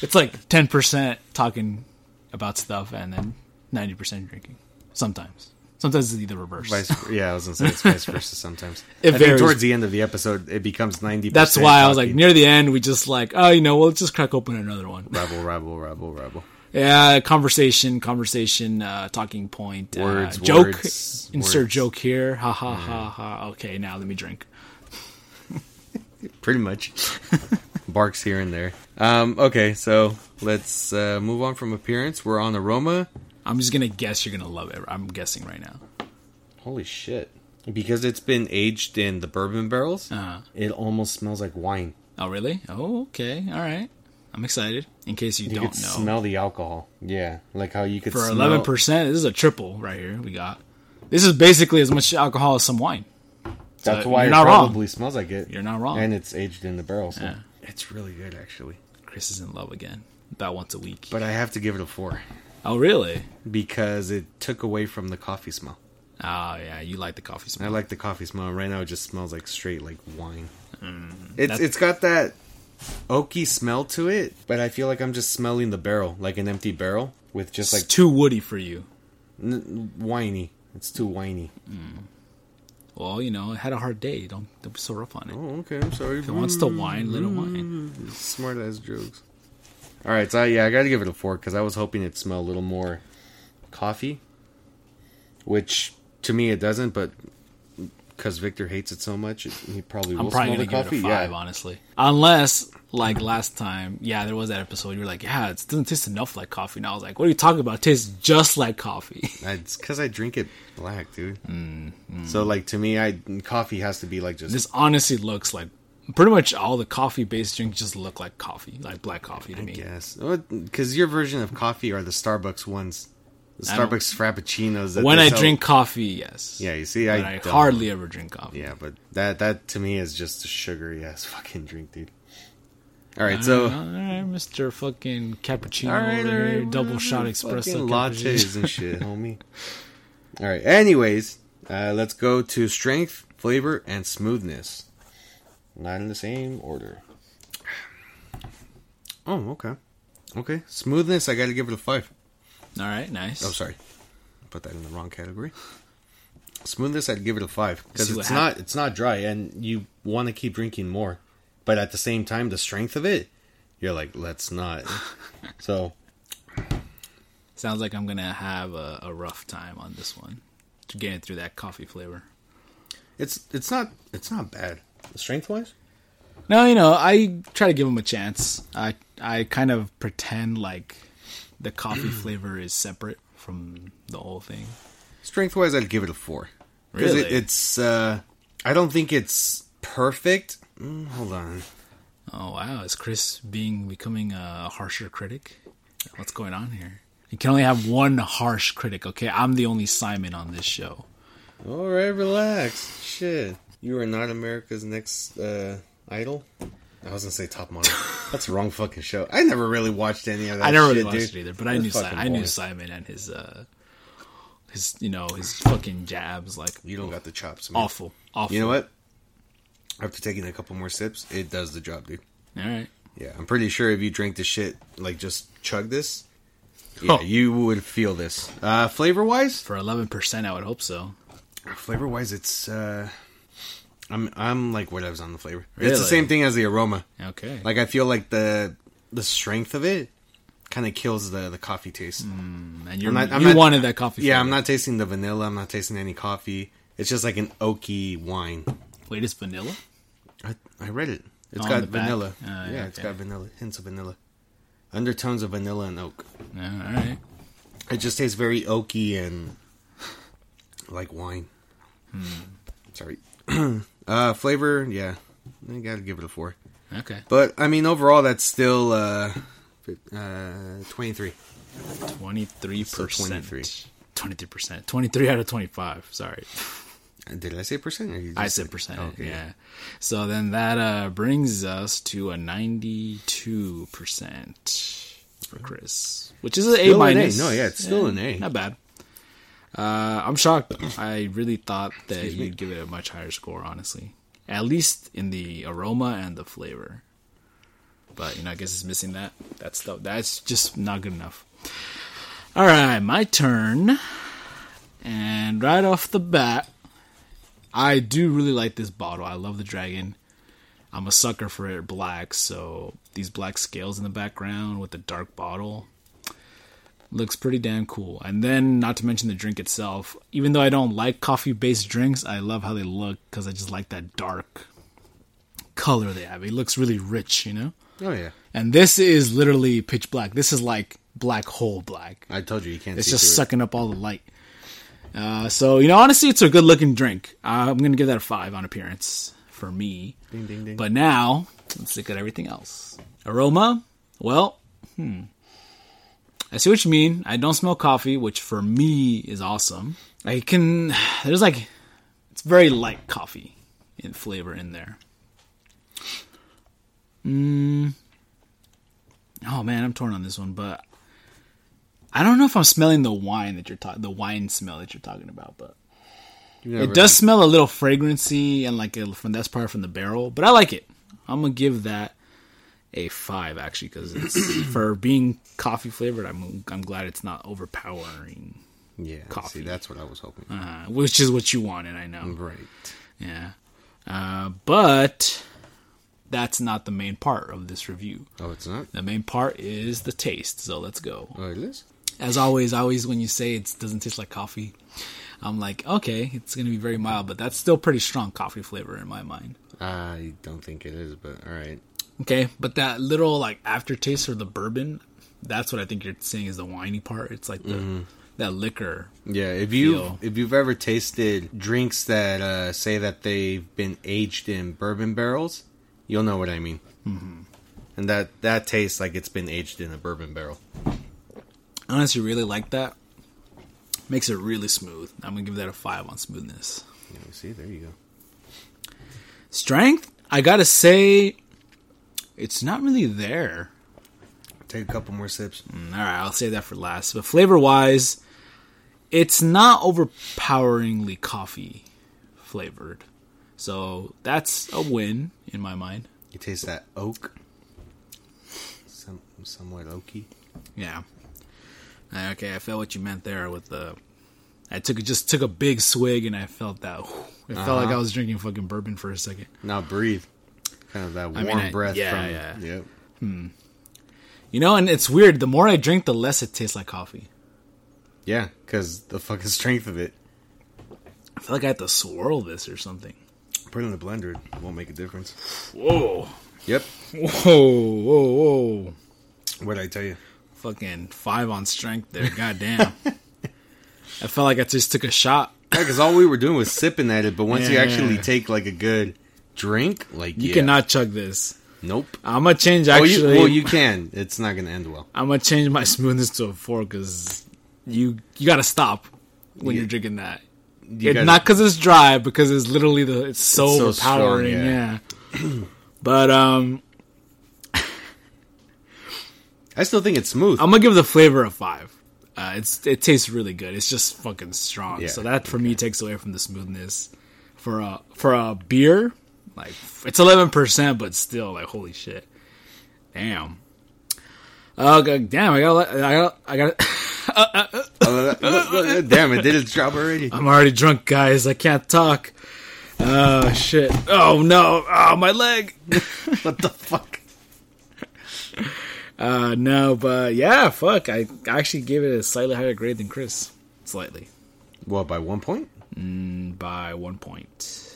Speaker 2: it's like 10% talking about stuff and then 90% drinking. Sometimes. Sometimes it's the reverse. [LAUGHS]
Speaker 3: Vice, yeah, I was gonna say it's vice versa sometimes.
Speaker 2: It
Speaker 3: I think
Speaker 2: varies.
Speaker 3: towards the end of the episode, it becomes ninety.
Speaker 2: That's why I was like, near the end, we just like, oh, you know, we'll just crack open another one.
Speaker 3: rabble, rabble, rabble, rabble.
Speaker 2: Yeah, conversation, conversation, uh, talking point, uh,
Speaker 3: Words,
Speaker 2: joke.
Speaker 3: words,
Speaker 2: Insert
Speaker 3: words.
Speaker 2: joke here. Ha ha ha ha. Okay, now let me drink.
Speaker 3: Pretty much, [LAUGHS] barks here and there. Um, okay, so let's uh, move on from appearance. We're on aroma.
Speaker 2: I'm just gonna guess you're gonna love it. I'm guessing right now.
Speaker 3: Holy shit! Because it's been aged in the bourbon barrels, it almost smells like wine.
Speaker 2: Uh, Oh, really? Oh, okay. All right. I'm excited. In case you,
Speaker 3: You
Speaker 2: don't know,
Speaker 3: could smell the alcohol. Yeah, like how you could
Speaker 2: for
Speaker 3: smell-
Speaker 2: eleven percent, this is a triple right here. We got. This is basically as much alcohol as some wine.
Speaker 3: That's
Speaker 2: So
Speaker 3: why
Speaker 2: you're
Speaker 3: it
Speaker 2: not wrong.
Speaker 3: probably smells like it.
Speaker 2: You're not wrong.
Speaker 3: And it's aged in the barrel, so it's really good actually.
Speaker 2: Chris is in love again. About once a week.
Speaker 3: But I have to give it a four.
Speaker 2: oh, really?
Speaker 3: because it took away from the coffee smell.
Speaker 2: Oh, yeah. You like the coffee
Speaker 3: I
Speaker 2: smell.
Speaker 3: like the coffee smell. Right now, it just smells like straight like wine. it's
Speaker 2: Mm, that's-
Speaker 3: it's got that oaky smell to it, but I feel like I'm just smelling the barrel, like an empty barrel with just
Speaker 2: It's
Speaker 3: like
Speaker 2: too woody for you.
Speaker 3: n- whiny. It's too whiny.
Speaker 2: Well, you know, it had a hard day. Don't, don't be so rough on it.
Speaker 3: Oh, okay. I'm sorry.
Speaker 2: If it wants to wine, let it
Speaker 3: Mm.
Speaker 2: wine.
Speaker 3: Smart ass jokes. All right, so yeah, I got to give it a four because I was hoping it'd smell a little more coffee, which to me it doesn't, but because Victor hates it so much, it, he probably will
Speaker 2: I'm probably
Speaker 3: smell
Speaker 2: gonna
Speaker 3: the
Speaker 2: give
Speaker 3: coffee.
Speaker 2: it a five,
Speaker 3: yeah,
Speaker 2: honestly. Unless, like last time, yeah, there was that episode. You were like, "Yeah, it doesn't taste enough like coffee." And I was like, "What are you talking about? It tastes just like coffee." [LAUGHS]
Speaker 3: I- it's because I drink it black, dude. So like to me, I coffee has to be like just
Speaker 2: Mm, this honestly looks like pretty much all the coffee-based drinks just look like coffee, like black coffee to me.
Speaker 3: yes, because Oh, your version of coffee are the Starbucks ones, the
Speaker 2: I don't-
Speaker 3: Starbucks frappuccinos. That
Speaker 2: When
Speaker 3: they
Speaker 2: I
Speaker 3: sell-
Speaker 2: drink coffee, yes.
Speaker 3: yeah, you see,
Speaker 2: But
Speaker 3: I,
Speaker 2: I,
Speaker 3: don't.
Speaker 2: hardly ever drink coffee.
Speaker 3: Yeah, but that that to me is just a sugary ass [LAUGHS] fucking drink, dude. All right, so
Speaker 2: all right, Mister fucking cappuccino
Speaker 3: all right,
Speaker 2: over
Speaker 3: all
Speaker 2: here,
Speaker 3: right,
Speaker 2: double
Speaker 3: whatever,
Speaker 2: shot espresso
Speaker 3: fucking
Speaker 2: cappuccino. [LAUGHS]
Speaker 3: lattes and shit, homie. All right. Anyways, uh, let's go to strength, flavor and smoothness. Not in the same order. Oh, okay. Okay. Smoothness, I gotta give it a five.
Speaker 2: All right, nice.
Speaker 3: Oh, sorry. Put that in the wrong category. Smoothness, I'd give it a five because
Speaker 2: See what
Speaker 3: it's not it's not dry, and you want to keep drinking more. But at the same time, the strength of it, you're like,
Speaker 2: [LAUGHS]
Speaker 3: let's not. so
Speaker 2: Sounds like I'm gonna have a, a rough time on this one, to getting through that coffee flavor.
Speaker 3: it's it's not it's not bad strength wise.
Speaker 2: No, you know, I try to give them a chance. I I kind of pretend like the coffee [CLEARS THROAT] flavor is separate from the whole thing.
Speaker 3: Strength wise, I'd give it a four. 'Cause
Speaker 2: Really?
Speaker 3: It, it's uh, I don't think it's perfect. Mm, hold on.
Speaker 2: Oh wow, is Chris being becoming a harsher critic? What's going on here? You can only have one harsh critic, okay? I'm the only Simon on this show.
Speaker 3: All right, relax. Shit, you are not America's next uh, idol. I was gonna say top [LAUGHS] model. That's the wrong fucking show. I never really watched any of that.
Speaker 2: I never
Speaker 3: Oh, shit,
Speaker 2: really watched
Speaker 3: dude.
Speaker 2: it either, but I
Speaker 3: That's
Speaker 2: knew si-
Speaker 3: fucking
Speaker 2: I knew
Speaker 3: boring.
Speaker 2: Simon and his uh his you know his fucking jabs like
Speaker 3: You don't got the chops, man.
Speaker 2: awful, awful.
Speaker 3: You know what? After taking a couple more sips, it does the job, dude.
Speaker 2: All right.
Speaker 3: Yeah, I'm pretty sure if you drink this shit, like just chug this, yeah,
Speaker 2: Oh.
Speaker 3: you would feel this. Uh, flavor wise,
Speaker 2: For 11%, I would hope so.
Speaker 3: flavor wise, it's uh, I'm I'm like what I was on the flavor. It's
Speaker 2: Really?
Speaker 3: the same thing as the aroma.
Speaker 2: Okay.
Speaker 3: Like I feel like the the strength of it kind of kills the the coffee taste.
Speaker 2: and you're,
Speaker 3: I'm not- I'm
Speaker 2: you
Speaker 3: not-
Speaker 2: wanted that coffee.
Speaker 3: Yeah, I'm
Speaker 2: flavor.
Speaker 3: not tasting the vanilla. I'm not tasting any coffee. It's just like an oaky wine.
Speaker 2: Wait, it's vanilla?
Speaker 3: I, I read it. It's
Speaker 2: On
Speaker 3: got
Speaker 2: the back?
Speaker 3: vanilla.
Speaker 2: Oh,
Speaker 3: yeah,
Speaker 2: yeah,
Speaker 3: it's
Speaker 2: okay.
Speaker 3: got vanilla hints of vanilla, undertones of vanilla and oak.
Speaker 2: Yeah, all right.
Speaker 3: It just tastes very oaky and like wine.
Speaker 2: Hmm.
Speaker 3: Sorry. [CLEARS THROAT] uh, flavor, yeah, I gotta give it a four.
Speaker 2: Okay.
Speaker 3: But I mean, overall, that's still uh, fif- uh, twenty-three.
Speaker 2: 23%.
Speaker 3: So 23.
Speaker 2: 23%. 23 out of 25. Sorry.
Speaker 3: Did I say percent? Or you
Speaker 2: I
Speaker 3: just-
Speaker 2: said percent.
Speaker 3: Okay.
Speaker 2: Yeah. So then that uh, brings us to a 92% for Chris, which is an A
Speaker 3: Still an A.
Speaker 2: minus.
Speaker 3: No, yeah, it's still an A. Mm.
Speaker 2: Not bad. Uh, I'm shocked. I really thought that you'd give it a much higher score, honestly. At least in the aroma and the flavor. But you know, I guess it's missing that. That's the, that's just not good enough. All right, my turn. And right off the bat, I do really like this bottle. I love the dragon. I'm a sucker for it black, so these black scales in the background with the dark bottle looks pretty damn cool. And then, not to mention the drink itself. Even though I don't like coffee-based drinks, I love how they look because I just like that dark color they have. It looks really rich, you know.
Speaker 3: Oh yeah,
Speaker 2: And this is literally pitch black. This is like black hole black.
Speaker 3: I told you you can't.
Speaker 2: It's
Speaker 3: see
Speaker 2: just
Speaker 3: through it.
Speaker 2: sucking up all the light. Uh, so you know, honestly, it's a good looking drink. I'm gonna give that a five on appearance for me.
Speaker 3: Ding, ding, ding.
Speaker 2: But now let's look at everything else. Aroma, well, hmm. I see what you mean. I don't smell coffee, which for me is awesome. I can. There's like, it's very light coffee in flavor in there. Mm. Oh man, I'm torn on this one, but I don't know if I'm smelling the wine that you're talking, the wine smell that you're talking about, but
Speaker 3: You
Speaker 2: it
Speaker 3: never-
Speaker 2: does smell a little fragrancy and like a, from that's probably from the barrel, but I like it. I'm gonna give that a five actually because it's for being coffee flavored. I'm I'm glad it's not overpowering,
Speaker 3: Yeah,
Speaker 2: coffee.
Speaker 3: see, that's what I was hoping.
Speaker 2: uh, which is what you wanted. I know,
Speaker 3: Right.
Speaker 2: yeah, uh, but that's not the main part of this review.
Speaker 3: Oh, it's not.
Speaker 2: The main part is the taste. So let's go.
Speaker 3: Oh, it is.
Speaker 2: as always, always when you say it doesn't taste like coffee, I'm like, okay, it's gonna be very mild, but that's still pretty strong coffee flavor in my mind.
Speaker 3: I don't think it is, but all right.
Speaker 2: Okay, but that little like aftertaste or the bourbon, that's what I think you're saying is the winey part. It's like the that liquor.
Speaker 3: Yeah, if you
Speaker 2: feel.
Speaker 3: if you've ever tasted drinks that uh, say that they've been aged in bourbon barrels, you'll know what I mean. Mm-hmm. And that that tastes like it's been aged in a bourbon barrel.
Speaker 2: I honestly really like that. Makes it really smooth. I'm gonna give that a five on smoothness.
Speaker 3: You know, see, there you go.
Speaker 2: Strength, I gotta say, it's not really there.
Speaker 3: Take a couple more sips.
Speaker 2: All right, I'll save that for last. But flavor wise, it's not overpoweringly coffee flavored. So that's a win in my mind.
Speaker 3: You taste that oak. Some somewhat oaky.
Speaker 2: Yeah. Uh, Okay, I felt what you meant there with the. I took a- just took a big swig and I felt that. It felt
Speaker 3: Uh-huh.
Speaker 2: like I was drinking fucking bourbon for a second.
Speaker 3: Now breathe. Kind of that warm
Speaker 2: mean, I-
Speaker 3: breath
Speaker 2: yeah,
Speaker 3: from Yep.
Speaker 2: You know, and it's weird. The more I drink, the less it tastes like coffee.
Speaker 3: Yeah, because the fucking [LAUGHS] strength of it.
Speaker 2: I feel like I have to swirl this or something.
Speaker 3: Put it in the blender, it won't make a difference.
Speaker 2: Whoa,
Speaker 3: Yep.
Speaker 2: whoa, whoa, whoa!
Speaker 3: What'd I tell you?
Speaker 2: Fucking five on strength there.
Speaker 3: [LAUGHS]
Speaker 2: Goddamn. I felt like I just took a shot.
Speaker 3: Yeah, because all we were doing was sipping at it, but once you
Speaker 2: Yeah.
Speaker 3: actually take like a good drink, like
Speaker 2: You
Speaker 3: yeah.
Speaker 2: cannot chug this.
Speaker 3: Nope.
Speaker 2: I'm gonna change
Speaker 3: Oh,
Speaker 2: actually.
Speaker 3: you, well, you can. It's not going to end well.
Speaker 2: I'm gonna change my [LAUGHS] smoothness to a four because you you gotta stop when
Speaker 3: Yeah.
Speaker 2: you're drinking that.
Speaker 3: You
Speaker 2: It-
Speaker 3: guys-
Speaker 2: not because it's dry, because it's literally the it's so,
Speaker 3: so strong,
Speaker 2: overpowering. yeah. [CLEARS THROAT]
Speaker 3: yeah.
Speaker 2: but um,
Speaker 3: I still think it's smooth. [LAUGHS]
Speaker 2: I'm gonna give the flavor a five. Uh, it's it tastes really good. It's just fucking strong.
Speaker 3: Yeah,
Speaker 2: so that for me takes away from the smoothness. For a for a beer, like it's eleven percent, but still like holy shit, damn. Uh, g- damn, I got I got I got.
Speaker 3: Damn, it did its job already.
Speaker 2: I'm already drunk, guys. I can't talk. Oh shit! Oh no! Oh my leg!
Speaker 3: What the fuck?
Speaker 2: Uh, no, but yeah, fuck. I actually gave it a slightly higher grade than Chris, slightly
Speaker 3: What, by one point?
Speaker 2: by one point.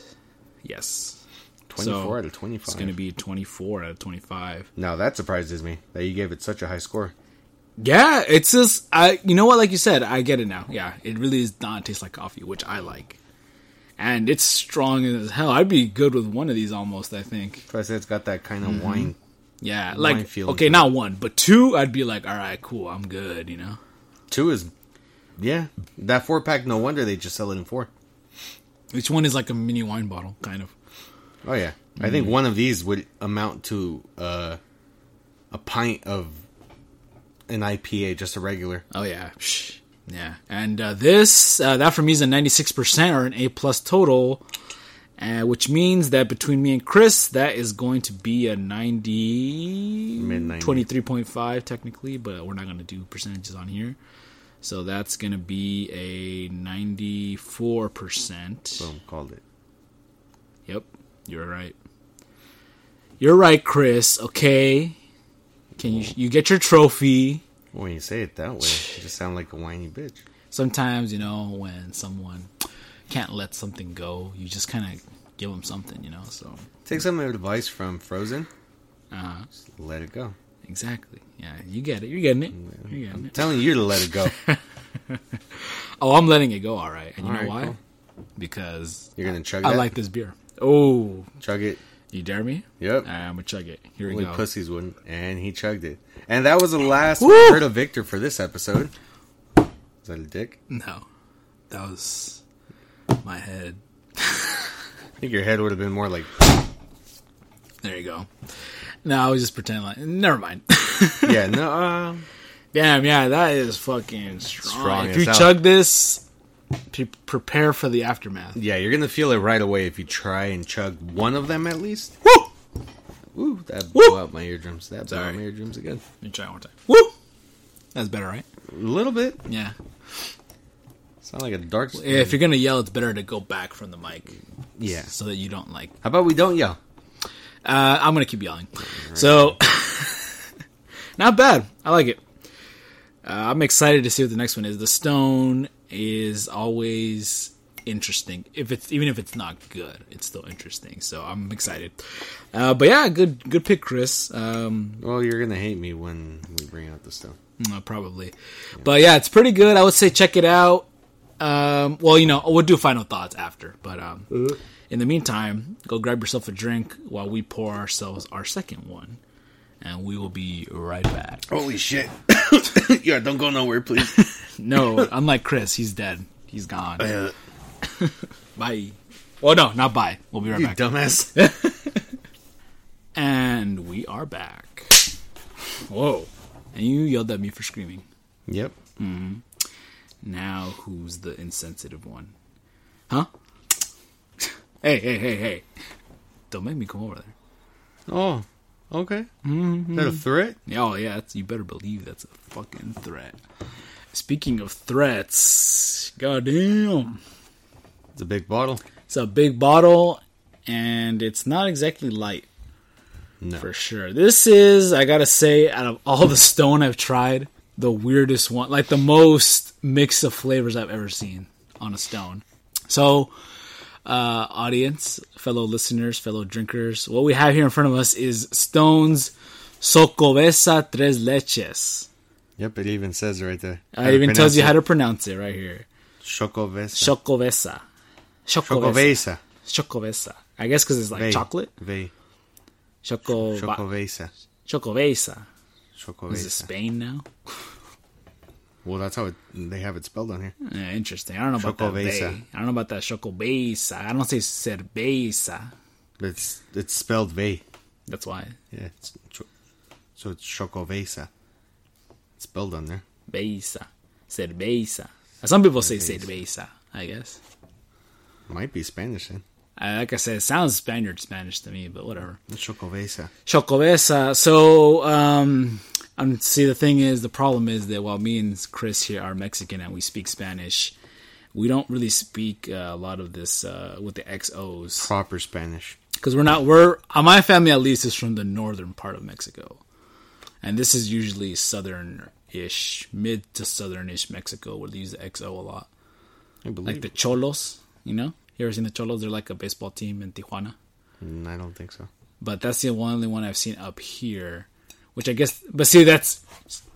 Speaker 2: Yes,
Speaker 3: 24
Speaker 2: So,
Speaker 3: out of 25.
Speaker 2: it's gonna be 24 out of 25.
Speaker 3: No, that surprises me that you gave it such a high score.
Speaker 2: Yeah, it's just I. You know what? Like you said, I get it now. Yeah, it really does not taste like coffee, which I like, and it's strong as hell. I'd be good with one of these almost. I think.
Speaker 3: So I said it's got that kind of
Speaker 2: Mm-hmm.
Speaker 3: wine.
Speaker 2: Yeah, like
Speaker 3: feeling
Speaker 2: okay,
Speaker 3: to
Speaker 2: not one, but two. I'd be like, all right, cool, I'm good. You know,
Speaker 3: Two is, yeah, that four pack. No wonder they just sell it in four.
Speaker 2: each one is like a mini wine bottle, kind of.
Speaker 3: Oh yeah, I
Speaker 2: Mm.
Speaker 3: think one of these would amount to uh, a pint of an IPA, just a regular.
Speaker 2: Oh yeah, Psh, yeah. And uh, this, uh, that for me is a ninety six percent or an A plus total, uh, which means that between me and Chris, that is going to be a 90,
Speaker 3: Mid-90s.
Speaker 2: 23.5 technically, but we're not going to do percentages on here. So that's going to be a ninety four percent.
Speaker 3: Boom, called it.
Speaker 2: Yep, you're right. You're right, Chris. Okay, can you you get your trophy?
Speaker 3: When you say it that way, you just sound like a whiny bitch.
Speaker 2: Sometimes you know when someone can't let something go, you just kind of give them something, you know. So
Speaker 3: Take some advice from Frozen.
Speaker 2: Uh-huh.
Speaker 3: Just let it go.
Speaker 2: exactly, yeah, you get it. You're getting it. You're getting
Speaker 3: I'm
Speaker 2: it.
Speaker 3: telling you to let
Speaker 2: [LAUGHS]
Speaker 3: it go.
Speaker 2: Oh, I'm letting it go. All right, and you
Speaker 3: All
Speaker 2: know
Speaker 3: right,
Speaker 2: why?
Speaker 3: cool.
Speaker 2: Because
Speaker 3: You're gonna chug
Speaker 2: I
Speaker 3: that?
Speaker 2: like this beer. Oh,
Speaker 3: chug it.
Speaker 2: you dare me?
Speaker 3: Yep.
Speaker 2: I'm gonna chug it. Here we
Speaker 3: Only
Speaker 2: go.
Speaker 3: pussies wouldn't, and he chugged it. And that was the last
Speaker 2: Woo!
Speaker 3: we heard of Victor for this episode. Is that a dick?
Speaker 2: No, that was my head.
Speaker 3: I think your head would have been more like,
Speaker 2: There you go. No, I was just pretending like. Never mind. [LAUGHS]
Speaker 3: yeah, no, uh,
Speaker 2: Damn, yeah, that is fucking strong.
Speaker 3: Strong
Speaker 2: if
Speaker 3: as
Speaker 2: you
Speaker 3: hell.
Speaker 2: chug this, pre- prepare for the aftermath.
Speaker 3: yeah, you're gonna feel it right away if you try and chug one of them at least.
Speaker 2: Woo!
Speaker 3: Ooh, that
Speaker 2: Woo!
Speaker 3: blew out my eardrums. That blew
Speaker 2: Sorry.
Speaker 3: out my eardrums again.
Speaker 2: Let me try it one time. Woo! That's better, right?
Speaker 3: A little bit.
Speaker 2: Yeah.
Speaker 3: Sound like a dark.
Speaker 2: If you're gonna yell, it's better to go back from the mic
Speaker 3: yeah.
Speaker 2: so that you don't like.
Speaker 3: How about we don't yell?
Speaker 2: Uh, I'm gonna keep yelling. So, [LAUGHS] not bad. I like it. Uh, I'm excited to see what the next one is. The stone is always interesting. If it's even if it's not good, it's still interesting. So I'm excited. Uh, but yeah, good good pick, Chris. Um,
Speaker 3: Well, you're gonna hate me when we bring out the stuff.
Speaker 2: uh, probably. But yeah, it's pretty good. I would say check it out. Um, well, you know, we'll do final thoughts after. But um, in the meantime, go grab yourself a drink while we pour ourselves our second one, and we will be right back. [COUGHS]
Speaker 3: Holy shit! yeah, don't go nowhere, please.
Speaker 2: No, [LAUGHS] unlike Chris, he's dead. He's gone. [LAUGHS] Bye. Well, no, not bye. We'll be right
Speaker 3: [LAUGHS] you
Speaker 2: back.
Speaker 3: dumbass.
Speaker 2: And we are back. Whoa. And you yelled at me for screaming.
Speaker 3: yep.
Speaker 2: Now who's the insensitive one? Huh? Hey, hey, hey, hey! Don't make me come over there.
Speaker 3: Oh, okay.
Speaker 2: Mm-hmm.
Speaker 3: Is that a threat?
Speaker 2: Yeah, Oh yeah, that's, you better believe that's a fucking threat. Speaking of threats, goddamn,
Speaker 3: It's a big bottle.
Speaker 2: it's a big bottle, and it's not exactly light.
Speaker 3: No.
Speaker 2: for sure. This is, I gotta say, out of all the Stone I've tried, the weirdest one, like the most mix of flavors I've ever seen on a Stone. So, uh, audience, fellow listeners, fellow drinkers, what we have here in front of us is Stone's Socobesa Tres Leches.
Speaker 3: Yep, it even says it right there.
Speaker 2: Uh, it even tells you how to pronounce it right here.
Speaker 3: Chocovesa.
Speaker 2: Chocobesa. Chocobesa.
Speaker 3: Chocovesa.
Speaker 2: Chocobesa. I guess because it's like
Speaker 3: Ve-
Speaker 2: chocolate.
Speaker 3: Ve.
Speaker 2: Choco.
Speaker 3: Chocovesa.
Speaker 2: Chocobesa. Is it
Speaker 3: Chocovesa.
Speaker 2: Spain now?
Speaker 3: Well, that's how it, they have it spelled on here.
Speaker 2: Yeah, Eh, interesting. I don't know about that.
Speaker 3: Chocobesa.
Speaker 2: bay. I don't know about that chocobesa. I don't say cerveza.
Speaker 3: But it's it's spelled Ve.
Speaker 2: That's why
Speaker 3: Yeah. It's cho- so it's Chocovesa. It's spelled on there.
Speaker 2: besa, cerveza. Some people say cerveza. I guess.
Speaker 3: Might be Spanish then.
Speaker 2: I, like I said, it sounds Spaniard Spanish to me, but whatever.
Speaker 3: It's Chocovesa.
Speaker 2: Chocobesa. So, um, um, see, the thing is, the problem is that while me and Chris here are Mexican and we speak Spanish, we don't really speak uh, a lot of this uh, with the XOs.
Speaker 3: Proper Spanish.
Speaker 2: because we're not we're uh, my family at least is from the northern part of Mexico, and this is usually southern-ish, mid to southern-ish Mexico where they use the XO a lot,
Speaker 3: I believe.
Speaker 2: like the Cholos. You know, you ever seen the Cholos? They're like a baseball team in Tijuana,
Speaker 3: Mm, I don't think so.
Speaker 2: but that's the one- only one I've seen up here, which I guess. But see, that's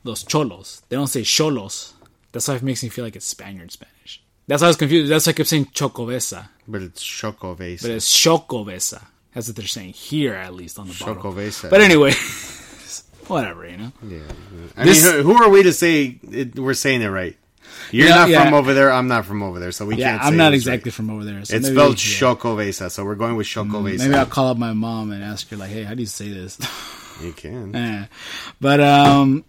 Speaker 2: those Cholos. They don't say Cholos. That's why it makes me feel like it's Spaniard Spanish. That's why I was confused. That's why I kept saying Chocovesa,
Speaker 3: But it's Chocovesa.
Speaker 2: but it's Chocovesa. That's what they're saying here, at least on the bottle.
Speaker 3: Chocovesa.
Speaker 2: But anyway, [LAUGHS] whatever, you know.
Speaker 3: Yeah. I
Speaker 2: This-
Speaker 3: mean, who who are we to say it, we're saying it right? You're
Speaker 2: Yeah,
Speaker 3: not
Speaker 2: yeah.
Speaker 3: from over there. I'm not from over there, so we
Speaker 2: Yeah,
Speaker 3: can't.
Speaker 2: I'm
Speaker 3: say
Speaker 2: not
Speaker 3: this right.
Speaker 2: exactly from over there. So
Speaker 3: It's
Speaker 2: maybe-
Speaker 3: spelled
Speaker 2: yeah. Mm,
Speaker 3: Chocovesa, so we're going with
Speaker 2: Maybe I'll
Speaker 3: Chocovesa.
Speaker 2: call up my mom and ask her, like, hey, how do you say this? [LAUGHS]
Speaker 3: You can.
Speaker 2: Eh. but um,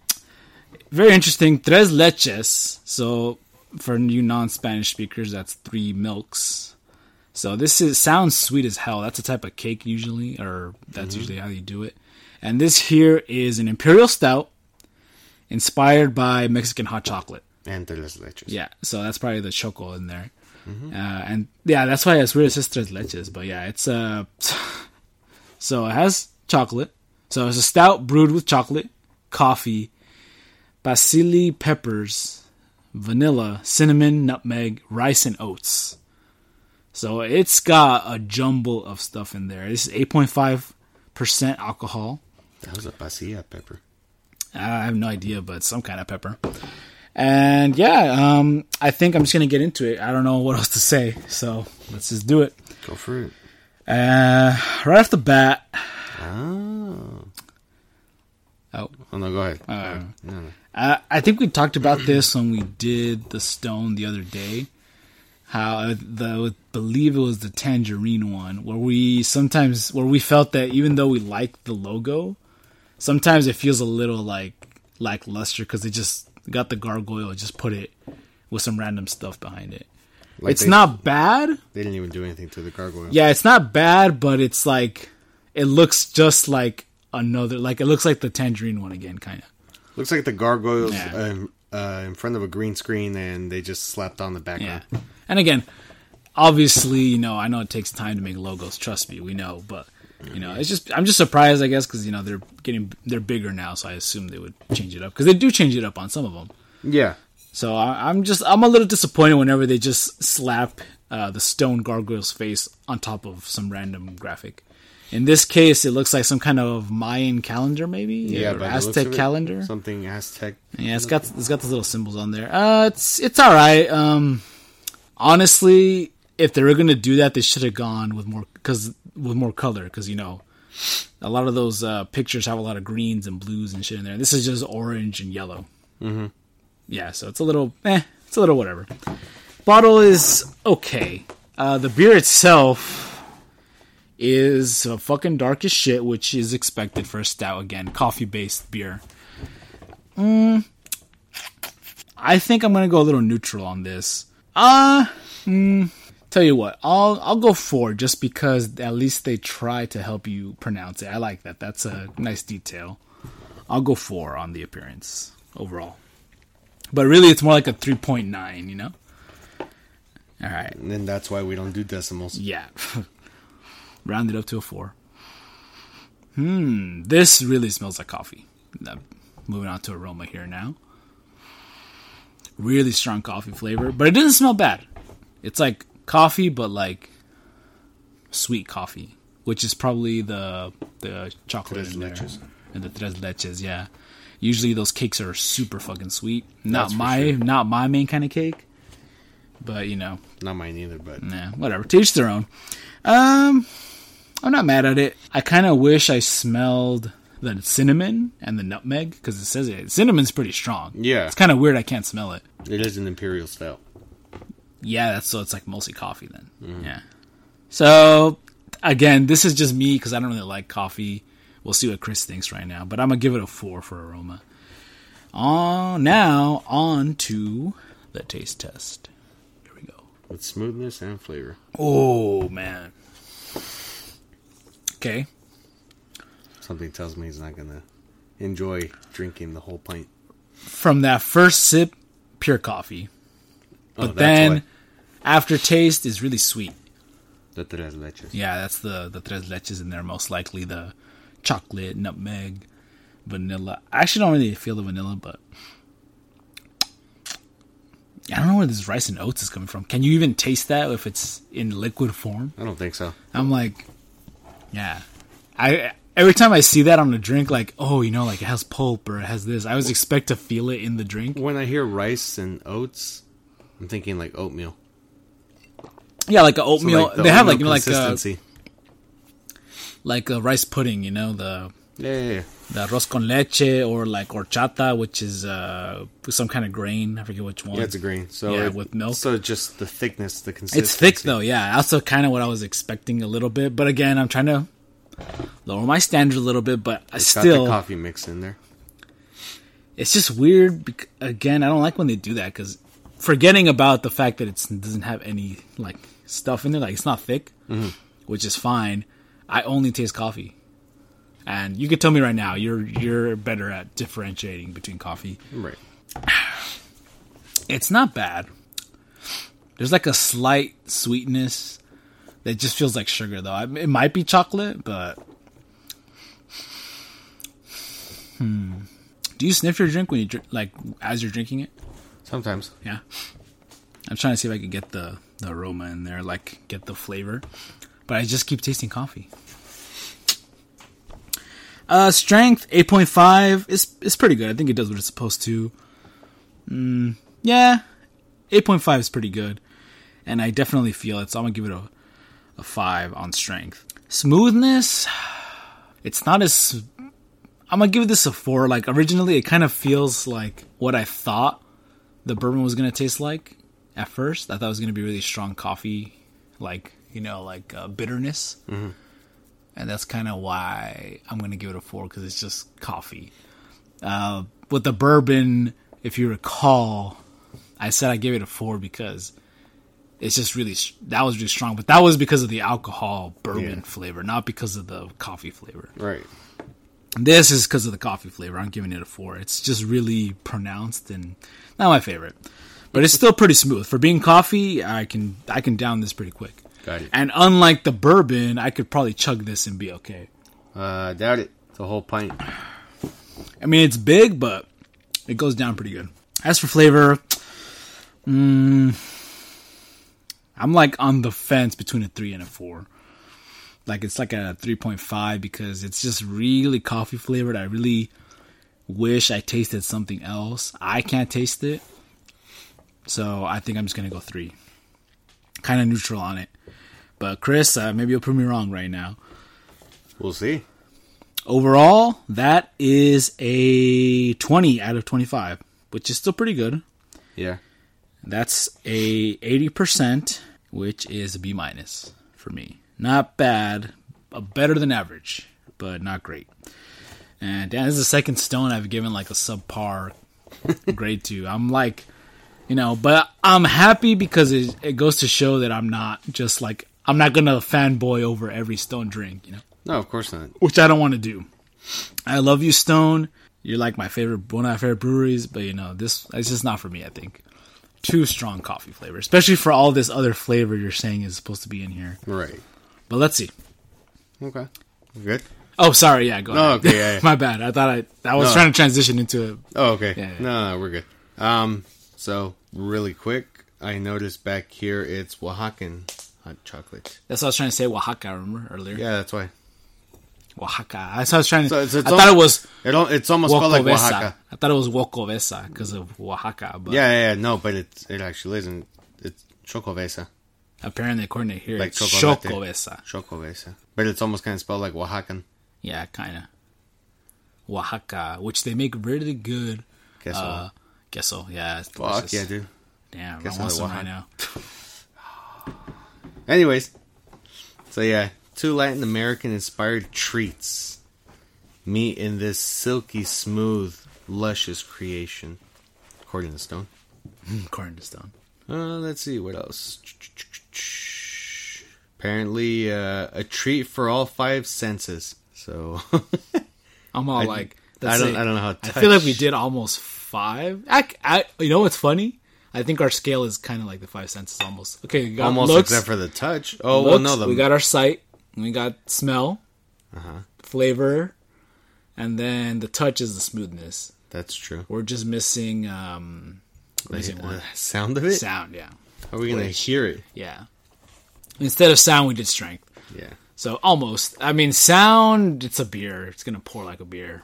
Speaker 2: very interesting. Tres leches. So for you non-Spanish speakers, that's three milks. So this is sounds sweet as hell. That's a type of cake usually, or
Speaker 3: Mm-hmm.
Speaker 2: that's usually how you do it. And this here is an imperial stout inspired by Mexican hot chocolate.
Speaker 3: And tres leches.
Speaker 2: Yeah, so that's probably the choco in there. Uh, and yeah, that's why it's weird. It's just tres leches, but yeah, it's uh, [LAUGHS] so it has chocolate. So it's a stout brewed with chocolate, coffee, basili peppers, vanilla, cinnamon, nutmeg, rice, and oats. So it's got a jumble of stuff in there. This is eight point five percent alcohol.
Speaker 3: That was a pasilla pepper.
Speaker 2: I have no idea, but some kind of pepper. And yeah, um, I think I'm just gonna get into it. I don't know what else to say, so let's just do it.
Speaker 3: Go for it.
Speaker 2: Uh, right off the bat,
Speaker 3: Oh.
Speaker 2: oh,
Speaker 3: Oh no, go ahead.
Speaker 2: uh, I think we talked about this when we did the stone the other day. How uh, the I believe it was the tangerine one, where we sometimes where we felt that even though we like the logo, sometimes it feels a little like lackluster because they just got the gargoyle, just put it with some random stuff behind it.
Speaker 3: Like
Speaker 2: it's
Speaker 3: they-
Speaker 2: not bad.
Speaker 3: They didn't even do anything to the gargoyle.
Speaker 2: Yeah, it's not bad, but it's like it looks just like another like it looks like the tangerine one again, kind of.
Speaker 3: Looks like the gargoyles
Speaker 2: Yeah.
Speaker 3: um, uh, in front of a green screen, and they just slapped on the
Speaker 2: Yeah.
Speaker 3: background.
Speaker 2: And again, obviously, you know, I know it takes time to make logos. Trust me, we know. But you know, it's just I'm just surprised, I guess, because you know they're getting they're bigger now, so I assume they would change it up because they do change it up on some of them.
Speaker 3: Yeah.
Speaker 2: So I, I'm just I'm a little disappointed whenever they just slap uh, the stone gargoyle's face on top of some random graphic. In this case, it looks like some kind of Mayan calendar, maybe
Speaker 3: Yeah,
Speaker 2: or
Speaker 3: by the looks
Speaker 2: Aztec
Speaker 3: of it,
Speaker 2: calendar.
Speaker 3: Something Aztec.
Speaker 2: Yeah, it's got it's got those little symbols on there. Uh, it's it's all right. Um, honestly, if they were gonna do that, they should have gone with more cause with more color because you know, a lot of those uh, pictures have a lot of greens and blues and shit in there. This is just orange and yellow. Mm-hmm. Yeah, so it's a little eh, it's a little whatever. Bottle is okay. Uh, the beer itself is uh, fucking dark as shit, which is expected for a stout again, coffee based beer. I think I'm gonna go a little neutral on this. Uh, mm, Tell you what, I'll I'll go four just because at least they try to help you pronounce it. I like that. That's a nice detail. I'll go four on the appearance overall, but really it's more like a three point nine. You know. All right.
Speaker 3: And then that's why we don't do decimals.
Speaker 2: Yeah. [LAUGHS] Rounded up to a four. Hmm. This really smells like coffee. Uh, moving on to aroma here now. Really strong coffee flavor, but it doesn't smell bad. It's like coffee, but like sweet coffee, which is probably the the chocolate
Speaker 3: Tres
Speaker 2: in there
Speaker 3: leches.
Speaker 2: and the tres leches. Yeah. Usually those cakes are super fucking sweet. Not
Speaker 3: That's for
Speaker 2: my
Speaker 3: sure.
Speaker 2: not my main kind of cake, but you know
Speaker 3: Not mine either, but
Speaker 2: Nah, whatever. To each their own. Um, I'm not mad at it. I kind of wish I smelled the cinnamon and the nutmeg because it says it. Cinnamon's pretty strong.
Speaker 3: Yeah.
Speaker 2: it's kind of weird. I can't smell it.
Speaker 3: it is an imperial stout.
Speaker 2: Yeah, that's so it's like mostly coffee then. Yeah. So again, this is just me because I don't really like coffee. We'll see what Chris thinks right now, but I'm gonna give it a four for aroma. On now on to the taste test. Here we go.
Speaker 3: with smoothness and flavor.
Speaker 2: Oh man. Okay.
Speaker 3: Something tells me he's not gonna enjoy drinking the whole pint.
Speaker 2: From that first sip, pure coffee.
Speaker 3: Oh,
Speaker 2: But
Speaker 3: that's
Speaker 2: then
Speaker 3: why.
Speaker 2: aftertaste is really sweet.
Speaker 3: the tres leches.
Speaker 2: Yeah, that's the the tres leches in there most likely the chocolate, nutmeg, vanilla. I actually don't really feel the vanilla, but I don't know where this rice and oats is coming from. Can you even taste that if it's in liquid form?
Speaker 3: I don't think so.
Speaker 2: I'm like, yeah. I every time I see that on a drink, like, oh, you know, like it has pulp or it has this. I always expect to feel it in the drink.
Speaker 3: When I hear rice and oats, I'm thinking like oatmeal.
Speaker 2: Yeah, like a
Speaker 3: So,
Speaker 2: oatmeal.
Speaker 3: like, the
Speaker 2: they have like you
Speaker 3: oatmeal
Speaker 2: know, like uh, a,
Speaker 3: consistency.
Speaker 2: like a rice pudding. You know the
Speaker 3: yeah, yeah, yeah.
Speaker 2: the arroz con leche or like horchata, which is uh some kind of grain. I forget which one.
Speaker 3: Yeah, it's a grain. So
Speaker 2: Yeah,
Speaker 3: it-
Speaker 2: with milk.
Speaker 3: So just the thickness, the consistency.
Speaker 2: It's thick though, yeah. Also, kind of what I was expecting a little bit, but again, I'm trying to lower my standard a little bit. But I
Speaker 3: Got
Speaker 2: still,
Speaker 3: the coffee mix in there.
Speaker 2: it's just weird. bec- Again, I don't like when they do that because forgetting about the fact that it doesn't have any like stuff in there, like it's not thick, which is fine. I only taste coffee, and you could tell me right now you're you're better at differentiating between coffee.
Speaker 3: Right.
Speaker 2: It's not bad. There's like a slight sweetness that just feels like sugar, though. I, it might be chocolate, but hmm. Hmm. Do you sniff your drink when you drink, like as you're drinking it?
Speaker 3: Sometimes.
Speaker 2: Yeah. I'm trying to see if I can get the, the aroma in there, like get the flavor. But I just keep tasting coffee. Uh, strength 8.5 is is pretty good. I think it does what it's supposed to. Mm, yeah, 8.5 is pretty good, and I definitely feel it. So I'm gonna give it a a five on strength. Smoothness, it's not as. I'm gonna give this a four. Like originally, it kind of feels like what I thought the bourbon was gonna taste like at first. I thought it was gonna be really strong coffee, like you know, like uh, bitterness, and that's kind of why I'm gonna give it a four because it's just coffee. Uh, with the bourbon, if you recall, I said I gave it a four because it's just really s- that was really strong, but that was because of the alcohol bourbon
Speaker 3: Yeah.
Speaker 2: flavor, not because of the coffee flavor.
Speaker 3: Right.
Speaker 2: This is because of the coffee flavor. I'm giving it a four. It's just really pronounced and not my favorite, but it's still pretty smooth for being coffee. I can I can down this pretty quick.
Speaker 3: Got it.
Speaker 2: And unlike the bourbon, I could probably chug this and be okay.
Speaker 3: Uh, doubt it. The whole pint.
Speaker 2: I mean, it's big, but it goes down pretty good. As for flavor, mm, I'm like on the fence between a three and a four. Like it's like a three point five because it's just really coffee flavored. I really wish I tasted something else. I can't taste it, so I think I'm just gonna go three. Kind of neutral on it. But Chris, uh, maybe you'll prove me wrong right now
Speaker 3: We'll see.
Speaker 2: overall that is a 20 out of 25 which is still pretty good
Speaker 3: Yeah.
Speaker 2: that's a 80% which is a b minus for me not bad uh, better than average but not great and Dan, this is the second stone i've given like a subpar grade to i'm like you know. But I'm happy because it, it goes to show that I'm not just like I'm not gonna fanboy over every Stone drink, you know,
Speaker 3: No, of course not.
Speaker 2: which I don't want to do. I love you, Stone. You're like my favorite, one of my favorite breweries, but you know, this it's just not for me. I think too strong coffee flavor, especially for all this other flavor you're saying is supposed to be in here.
Speaker 3: Right.
Speaker 2: But let's see.
Speaker 3: Okay. Good.
Speaker 2: Oh, sorry. Yeah, go
Speaker 3: No,
Speaker 2: ahead.
Speaker 3: okay, yeah, yeah.
Speaker 2: [LAUGHS] My bad. I thought I I was
Speaker 3: No.
Speaker 2: trying to transition into it.
Speaker 3: Oh, okay.
Speaker 2: Yeah, yeah.
Speaker 3: No, no, we're good. Um, so really quick, I noticed back here it's Oaxacan hot chocolate.
Speaker 2: That's what I was trying to say. Oaxaca, remember earlier?
Speaker 3: Yeah, that's why.
Speaker 2: Oaxaca. That's what I was trying to.
Speaker 3: So it's- it's
Speaker 2: I thought it
Speaker 3: al-
Speaker 2: was
Speaker 3: It al- it's almost called like
Speaker 2: Wocovesa.
Speaker 3: Oaxaca.
Speaker 2: I thought it was Wocovesa because of Oaxaca, but
Speaker 3: Yeah, yeah, yeah, no, but it it actually isn't. It's Chocovesa.
Speaker 2: apparently according to here,
Speaker 3: Like
Speaker 2: it's
Speaker 3: chocolate.
Speaker 2: Chocovesa.
Speaker 3: Chocovesa. But it's almost kind of spelled like Oaxacan.
Speaker 2: Yeah, kind of. Oaxaca, which they make really good
Speaker 3: Guess
Speaker 2: uh, queso. Yeah, it's
Speaker 3: what? Fuck
Speaker 2: delicious.
Speaker 3: yeah, dude.
Speaker 2: Damn, I
Speaker 3: Queso
Speaker 2: want
Speaker 3: de
Speaker 2: some right
Speaker 3: Oaxaca.
Speaker 2: now.
Speaker 3: [LAUGHS] Anyways, so yeah, two Latin American inspired treats meet in this silky, smooth, luscious creation, according to Stone.
Speaker 2: According to Stone.
Speaker 3: Uh, let's see what else. Apparently, uh, a treat for all five senses. So [LAUGHS]
Speaker 2: I'm all
Speaker 3: I-
Speaker 2: like,
Speaker 3: I
Speaker 2: let's
Speaker 3: don't-
Speaker 2: say-
Speaker 3: I don't know how
Speaker 2: I feel like we
Speaker 3: touch-
Speaker 2: did almost five. I, I- you know what's funny? I think our scale is kind of like the five senses almost. Okay, we got
Speaker 3: almost
Speaker 2: looks,
Speaker 3: except for the touch. Oh
Speaker 2: looks,
Speaker 3: well, no, the Uh-huh.
Speaker 2: we got our sight, we got smell, flavor, and then the touch is the smoothness.
Speaker 3: that's true.
Speaker 2: We're just missing um, we're
Speaker 3: The, uh,
Speaker 2: missing one
Speaker 3: the [LAUGHS] sound of it.
Speaker 2: sound. Yeah,
Speaker 3: Are we gonna hear it?
Speaker 2: yeah. Instead of sound, we did strength.
Speaker 3: Yeah.
Speaker 2: So almost. I mean, sound. It's a beer. It's gonna pour like a beer.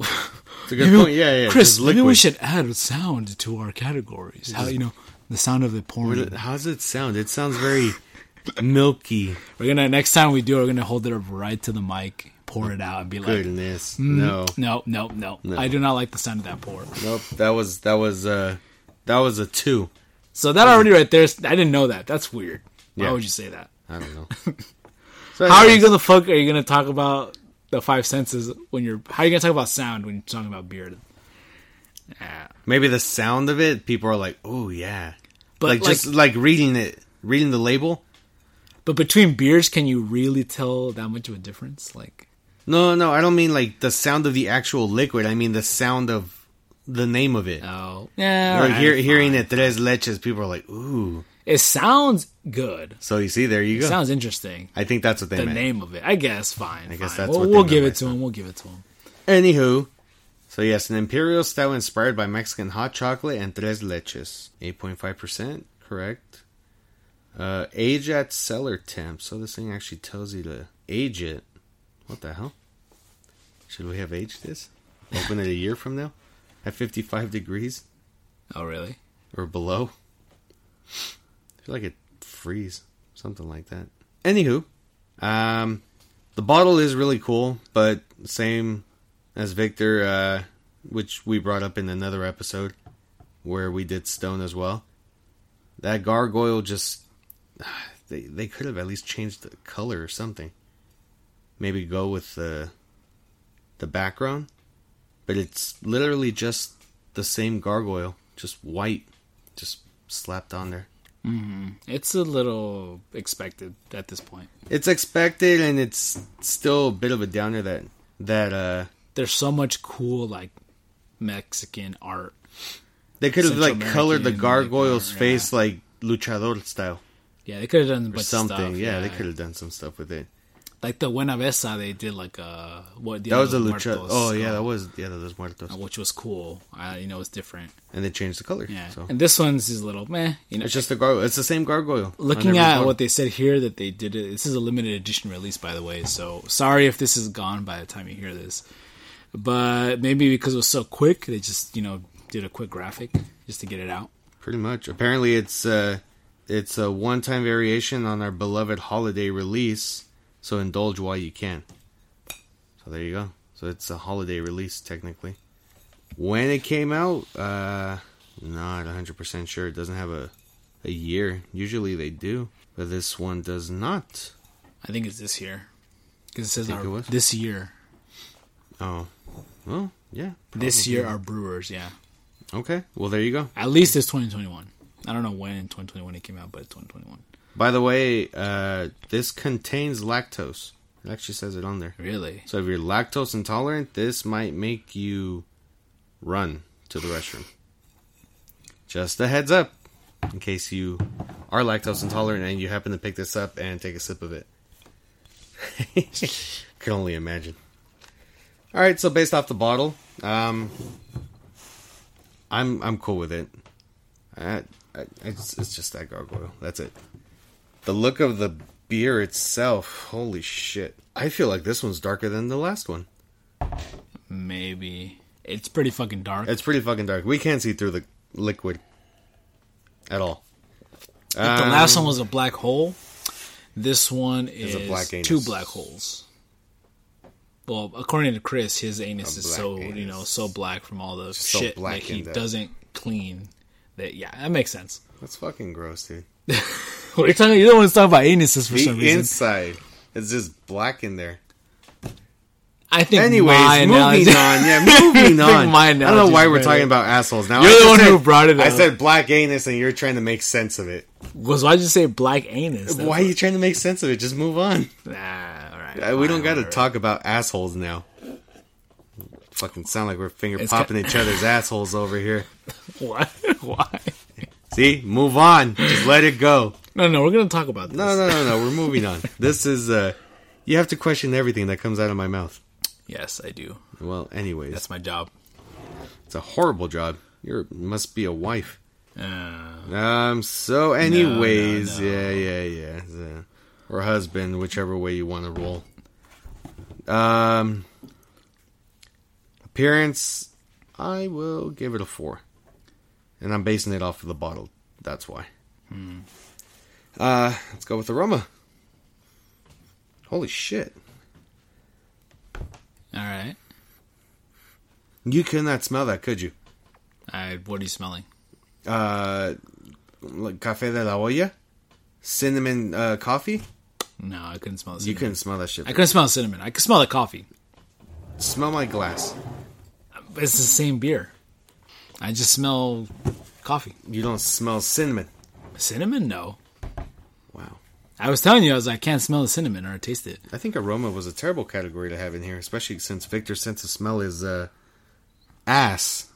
Speaker 3: It's a good
Speaker 2: Maybe-
Speaker 3: point. Yeah, yeah.
Speaker 2: Chris,
Speaker 3: just
Speaker 2: maybe we
Speaker 3: liquid.
Speaker 2: should add sound to our categories. How you know the sound of the
Speaker 3: What
Speaker 2: porn?
Speaker 3: it- How does it sound? It
Speaker 2: [LAUGHS]
Speaker 3: sounds very milky.
Speaker 2: We're gonna next time we do, it, we're gonna hold it up right to the mic, pour it out, and be like, mm.
Speaker 3: Goodness, no,
Speaker 2: no, no, no, I do not like the sound of that pour.
Speaker 3: nope. That was that was uh that was a two.
Speaker 2: So that already right there, is- I didn't know that. That's weird. Why
Speaker 3: Yeah.
Speaker 2: would you say that?
Speaker 3: I
Speaker 2: [LAUGHS]
Speaker 3: don't know. So
Speaker 2: How are you
Speaker 3: anyways,
Speaker 2: gonna fuck? Are you gonna talk about the five senses when you're? How are you gonna talk about sound when you're talking about beer? Ah.
Speaker 3: Maybe the sound of it. People are like, oh yeah,
Speaker 2: But
Speaker 3: like, just like reading it, reading the label.
Speaker 2: but between beers, can you really tell that much of a difference? Like,
Speaker 3: No, no, I don't mean like the sound of the actual liquid. I mean the sound of the name of it.
Speaker 2: oh, yeah,
Speaker 3: like
Speaker 2: alright,
Speaker 3: hear,
Speaker 2: fine.
Speaker 3: hearing it tres leches, people are like, ooh.
Speaker 2: It sounds good.
Speaker 3: So you see, there you go.
Speaker 2: Sounds interesting.
Speaker 3: I think that's what they
Speaker 2: The
Speaker 3: meant.
Speaker 2: name of it, I guess. Fine. I guess
Speaker 3: guess that's
Speaker 2: that's we'll,
Speaker 3: what
Speaker 2: we'll
Speaker 3: they
Speaker 2: give
Speaker 3: meant
Speaker 2: it to him. We'll give it to him.
Speaker 3: Anywho, so yes, an imperial style inspired by Mexican hot chocolate and tres leches. 8.5%, correct. Uh, age at cellar temp. So this thing actually tells you to age it. What the hell? Should we have aged this? Open it a year from now? At 55 degrees
Speaker 2: Oh, really?
Speaker 3: or below? I feel like it freeze. Something like that. Anywho, um, the bottle is really cool, but same as Victor, uh, which we brought up in another episode where we did Stone as well. That gargoyle just [SIGHS] they they could have at least changed the color or something. Maybe go with the the background, but it's literally just the same gargoyle, just white, just slapped on there.
Speaker 2: It's a little expected at this point.
Speaker 3: It's expected, and it's still a bit of a downer that that uh
Speaker 2: There's so much cool like Mexican art.
Speaker 3: They could have
Speaker 2: Central
Speaker 3: like colored the
Speaker 2: American, like,
Speaker 3: gargoyle's
Speaker 2: or-
Speaker 3: face like luchador style
Speaker 2: Yeah, they could have done a
Speaker 3: or
Speaker 2: bunch
Speaker 3: something.
Speaker 2: Of stuff.
Speaker 3: yeah, they could have done some stuff with it.
Speaker 2: Like the Buena Besa, they did like uh what the
Speaker 3: That was a
Speaker 2: other
Speaker 3: luchador.
Speaker 2: Muertos,
Speaker 3: Oh yeah,
Speaker 2: uh,
Speaker 3: that was yeah, that was muertos.
Speaker 2: which was cool. I, you know, it's different.
Speaker 3: And they changed the color.
Speaker 2: Yeah,
Speaker 3: So
Speaker 2: and this one's is a little meh. You know,
Speaker 3: it's just the gargoyle. It's the same gargoyle. on
Speaker 2: looking
Speaker 3: every
Speaker 2: at
Speaker 3: bottle.
Speaker 2: what they said here that they did it this is a limited edition release by the way so sorry if this is gone by the time you hear this but maybe because it was so quick they just you know did a quick graphic just to get it out
Speaker 3: pretty much. Apparently, it's uh, it's a one-time variation on our beloved holiday release. So indulge while you can. So there you go. So it's a holiday release technically. When it came out, uh, not 100% sure. It doesn't have a a year. Usually they do, but this one does not.
Speaker 2: i think it's this year because it says
Speaker 3: Think
Speaker 2: our,
Speaker 3: it was?
Speaker 2: this year
Speaker 3: Oh, well, yeah.
Speaker 2: this year our brewers yeah
Speaker 3: Okay. Well, there you go.
Speaker 2: At least it's 2021. I don't know when in 2021 it came out, but it's 2021.
Speaker 3: By the way, uh, this contains lactose. It actually says it on there.
Speaker 2: Really?
Speaker 3: So if you're lactose intolerant, this might make you run to the restroom. Just a heads up in case you are lactose intolerant and you happen to pick this up and take a sip of it. [LAUGHS] Can only imagine. All right, so based off the bottle, um, I'm I'm cool with it. I, I, it's, it's just that gargoyle. That's it. The look of the beer itself, holy shit! I feel like this one's darker than the last one.
Speaker 2: Maybe. It's pretty fucking dark.
Speaker 3: It's pretty fucking dark. We can't see through the liquid at all. Um,
Speaker 2: If the last one was a black hole. This one is
Speaker 3: a black anus.
Speaker 2: two black holes. Well, according to Chris, his anus
Speaker 3: A
Speaker 2: is
Speaker 3: black
Speaker 2: so you
Speaker 3: anus.
Speaker 2: know so black from all the
Speaker 3: so
Speaker 2: shit that
Speaker 3: black
Speaker 2: he
Speaker 3: in that.
Speaker 2: doesn't clean. That yeah, that makes sense. [LAUGHS]
Speaker 3: That's fucking gross, dude.
Speaker 2: What are you talking? You don't want to talk about anuses for
Speaker 3: The
Speaker 2: some reason.
Speaker 3: inside is just black in there.
Speaker 2: I think.
Speaker 3: Anyways,
Speaker 2: my
Speaker 3: moving
Speaker 2: analogy-
Speaker 3: on.
Speaker 2: [LAUGHS]
Speaker 3: Yeah,
Speaker 2: I
Speaker 3: moving
Speaker 2: think
Speaker 3: on.
Speaker 2: my
Speaker 3: I don't know
Speaker 2: analogy
Speaker 3: why
Speaker 2: is
Speaker 3: we're
Speaker 2: better.
Speaker 3: talking about assholes now.
Speaker 2: You're
Speaker 3: I
Speaker 2: the
Speaker 3: just
Speaker 2: one
Speaker 3: said-
Speaker 2: who brought it
Speaker 3: I
Speaker 2: up.
Speaker 3: said black anus, and you're trying to make sense of it.
Speaker 2: Was why did you say black anus?
Speaker 3: Why are you trying to make sense of it? Just move on.
Speaker 2: Nah, all right.
Speaker 3: Uh, We don't
Speaker 2: fine,
Speaker 3: got to
Speaker 2: whatever.
Speaker 3: talk about assholes now. Fucking sound like we're finger
Speaker 2: It's
Speaker 3: popping
Speaker 2: ki-
Speaker 3: each
Speaker 2: [LAUGHS]
Speaker 3: other's assholes over here.
Speaker 2: Why? [LAUGHS] Why?
Speaker 3: See, move on. Just let it go.
Speaker 2: No, no, we're gonna talk about this.
Speaker 3: No, no, no, no. We're moving
Speaker 2: [LAUGHS]
Speaker 3: on. This is uh you have to question everything that comes out of my mouth.
Speaker 2: Yes, I do.
Speaker 3: Well, anyways,
Speaker 2: That's my job.
Speaker 3: it's a horrible job. You must be a wife.
Speaker 2: Uh,
Speaker 3: Um. So, anyways, yeah, yeah, yeah, yeah. Or husband, whichever way you want to roll. Um. Appearance, I will give it a four, and I'm basing it off of the bottle. That's why. Uh, let's go with aroma. Holy shit!
Speaker 2: all right.
Speaker 3: You could not smell that, could you?
Speaker 2: I, what are you smelling?
Speaker 3: Uh, like cafe de la olla, cinnamon uh, coffee.
Speaker 2: No, I couldn't smell.
Speaker 3: You
Speaker 2: Cinnamon.
Speaker 3: couldn't smell that shit.
Speaker 2: I couldn't smell cinnamon. I could smell the coffee.
Speaker 3: Smell my glass.
Speaker 2: It's the same beer. I just smell coffee.
Speaker 3: You don't smell cinnamon.
Speaker 2: Cinnamon? No.
Speaker 3: Wow.
Speaker 2: I was telling you, I was like, I can't smell the cinnamon or taste it.
Speaker 3: I think aroma was a terrible category to have in here, especially since Victor's sense of smell is uh ass.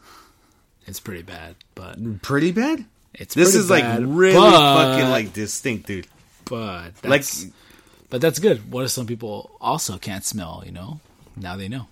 Speaker 2: It's pretty bad, but
Speaker 3: Pretty bad.
Speaker 2: it's
Speaker 3: This
Speaker 2: pretty
Speaker 3: is
Speaker 2: bad,
Speaker 3: like really
Speaker 2: but-
Speaker 3: fucking like distinct, dude.
Speaker 2: but
Speaker 3: Like
Speaker 2: that's, but that's good. What if some people also can't smell? You know, now they know.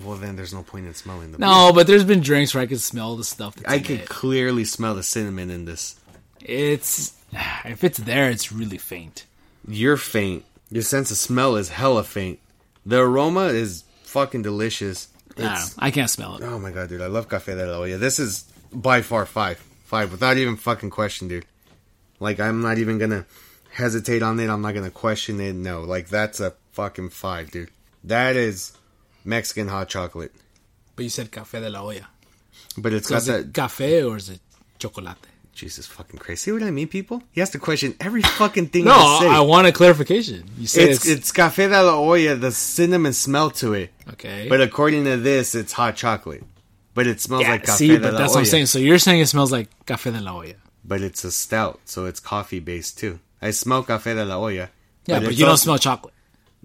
Speaker 3: well then there's no point in smelling them.
Speaker 2: No, but there's been drinks where I could smell the stuff. That's
Speaker 3: I
Speaker 2: in
Speaker 3: could
Speaker 2: it.
Speaker 3: clearly smell the cinnamon in this.
Speaker 2: It's [SIGHS] if it's there, it's really faint.
Speaker 3: You're faint. Your sense of smell is hella faint. The aroma is fucking delicious.
Speaker 2: I, don't know.
Speaker 3: It's-
Speaker 2: I can't smell it.
Speaker 3: Oh my god, dude! I love Cafe de la Olla. This is by far five, five without even fucking question, dude. Like I'm not even gonna hesitate on it. I'm not gonna question it. No, like that's a fucking five, dude. That is Mexican hot chocolate,
Speaker 2: But you said café de la olla.
Speaker 3: but it's
Speaker 2: So
Speaker 3: got
Speaker 2: is
Speaker 3: that.
Speaker 2: it café or is it chocolate?
Speaker 3: Jesus fucking Christ! See what I mean, people? He has to question every fucking thing.
Speaker 2: No,
Speaker 3: I say.
Speaker 2: I want a clarification. You said
Speaker 3: it's
Speaker 2: it's,
Speaker 3: it's Cafe de la Olla, the cinnamon smell to it.
Speaker 2: okay,
Speaker 3: But according to this, it's hot chocolate. But it smells
Speaker 2: yeah,
Speaker 3: like Cafe
Speaker 2: see,
Speaker 3: de
Speaker 2: but
Speaker 3: la
Speaker 2: that's what I'm
Speaker 3: Olla.
Speaker 2: saying. So you're saying it smells like café de la olla.
Speaker 3: but it's a stout, so it's coffee based too. I smell Cafe de la Olla.
Speaker 2: Yeah, but,
Speaker 3: it's
Speaker 2: you don't
Speaker 3: also
Speaker 2: smell chocolate.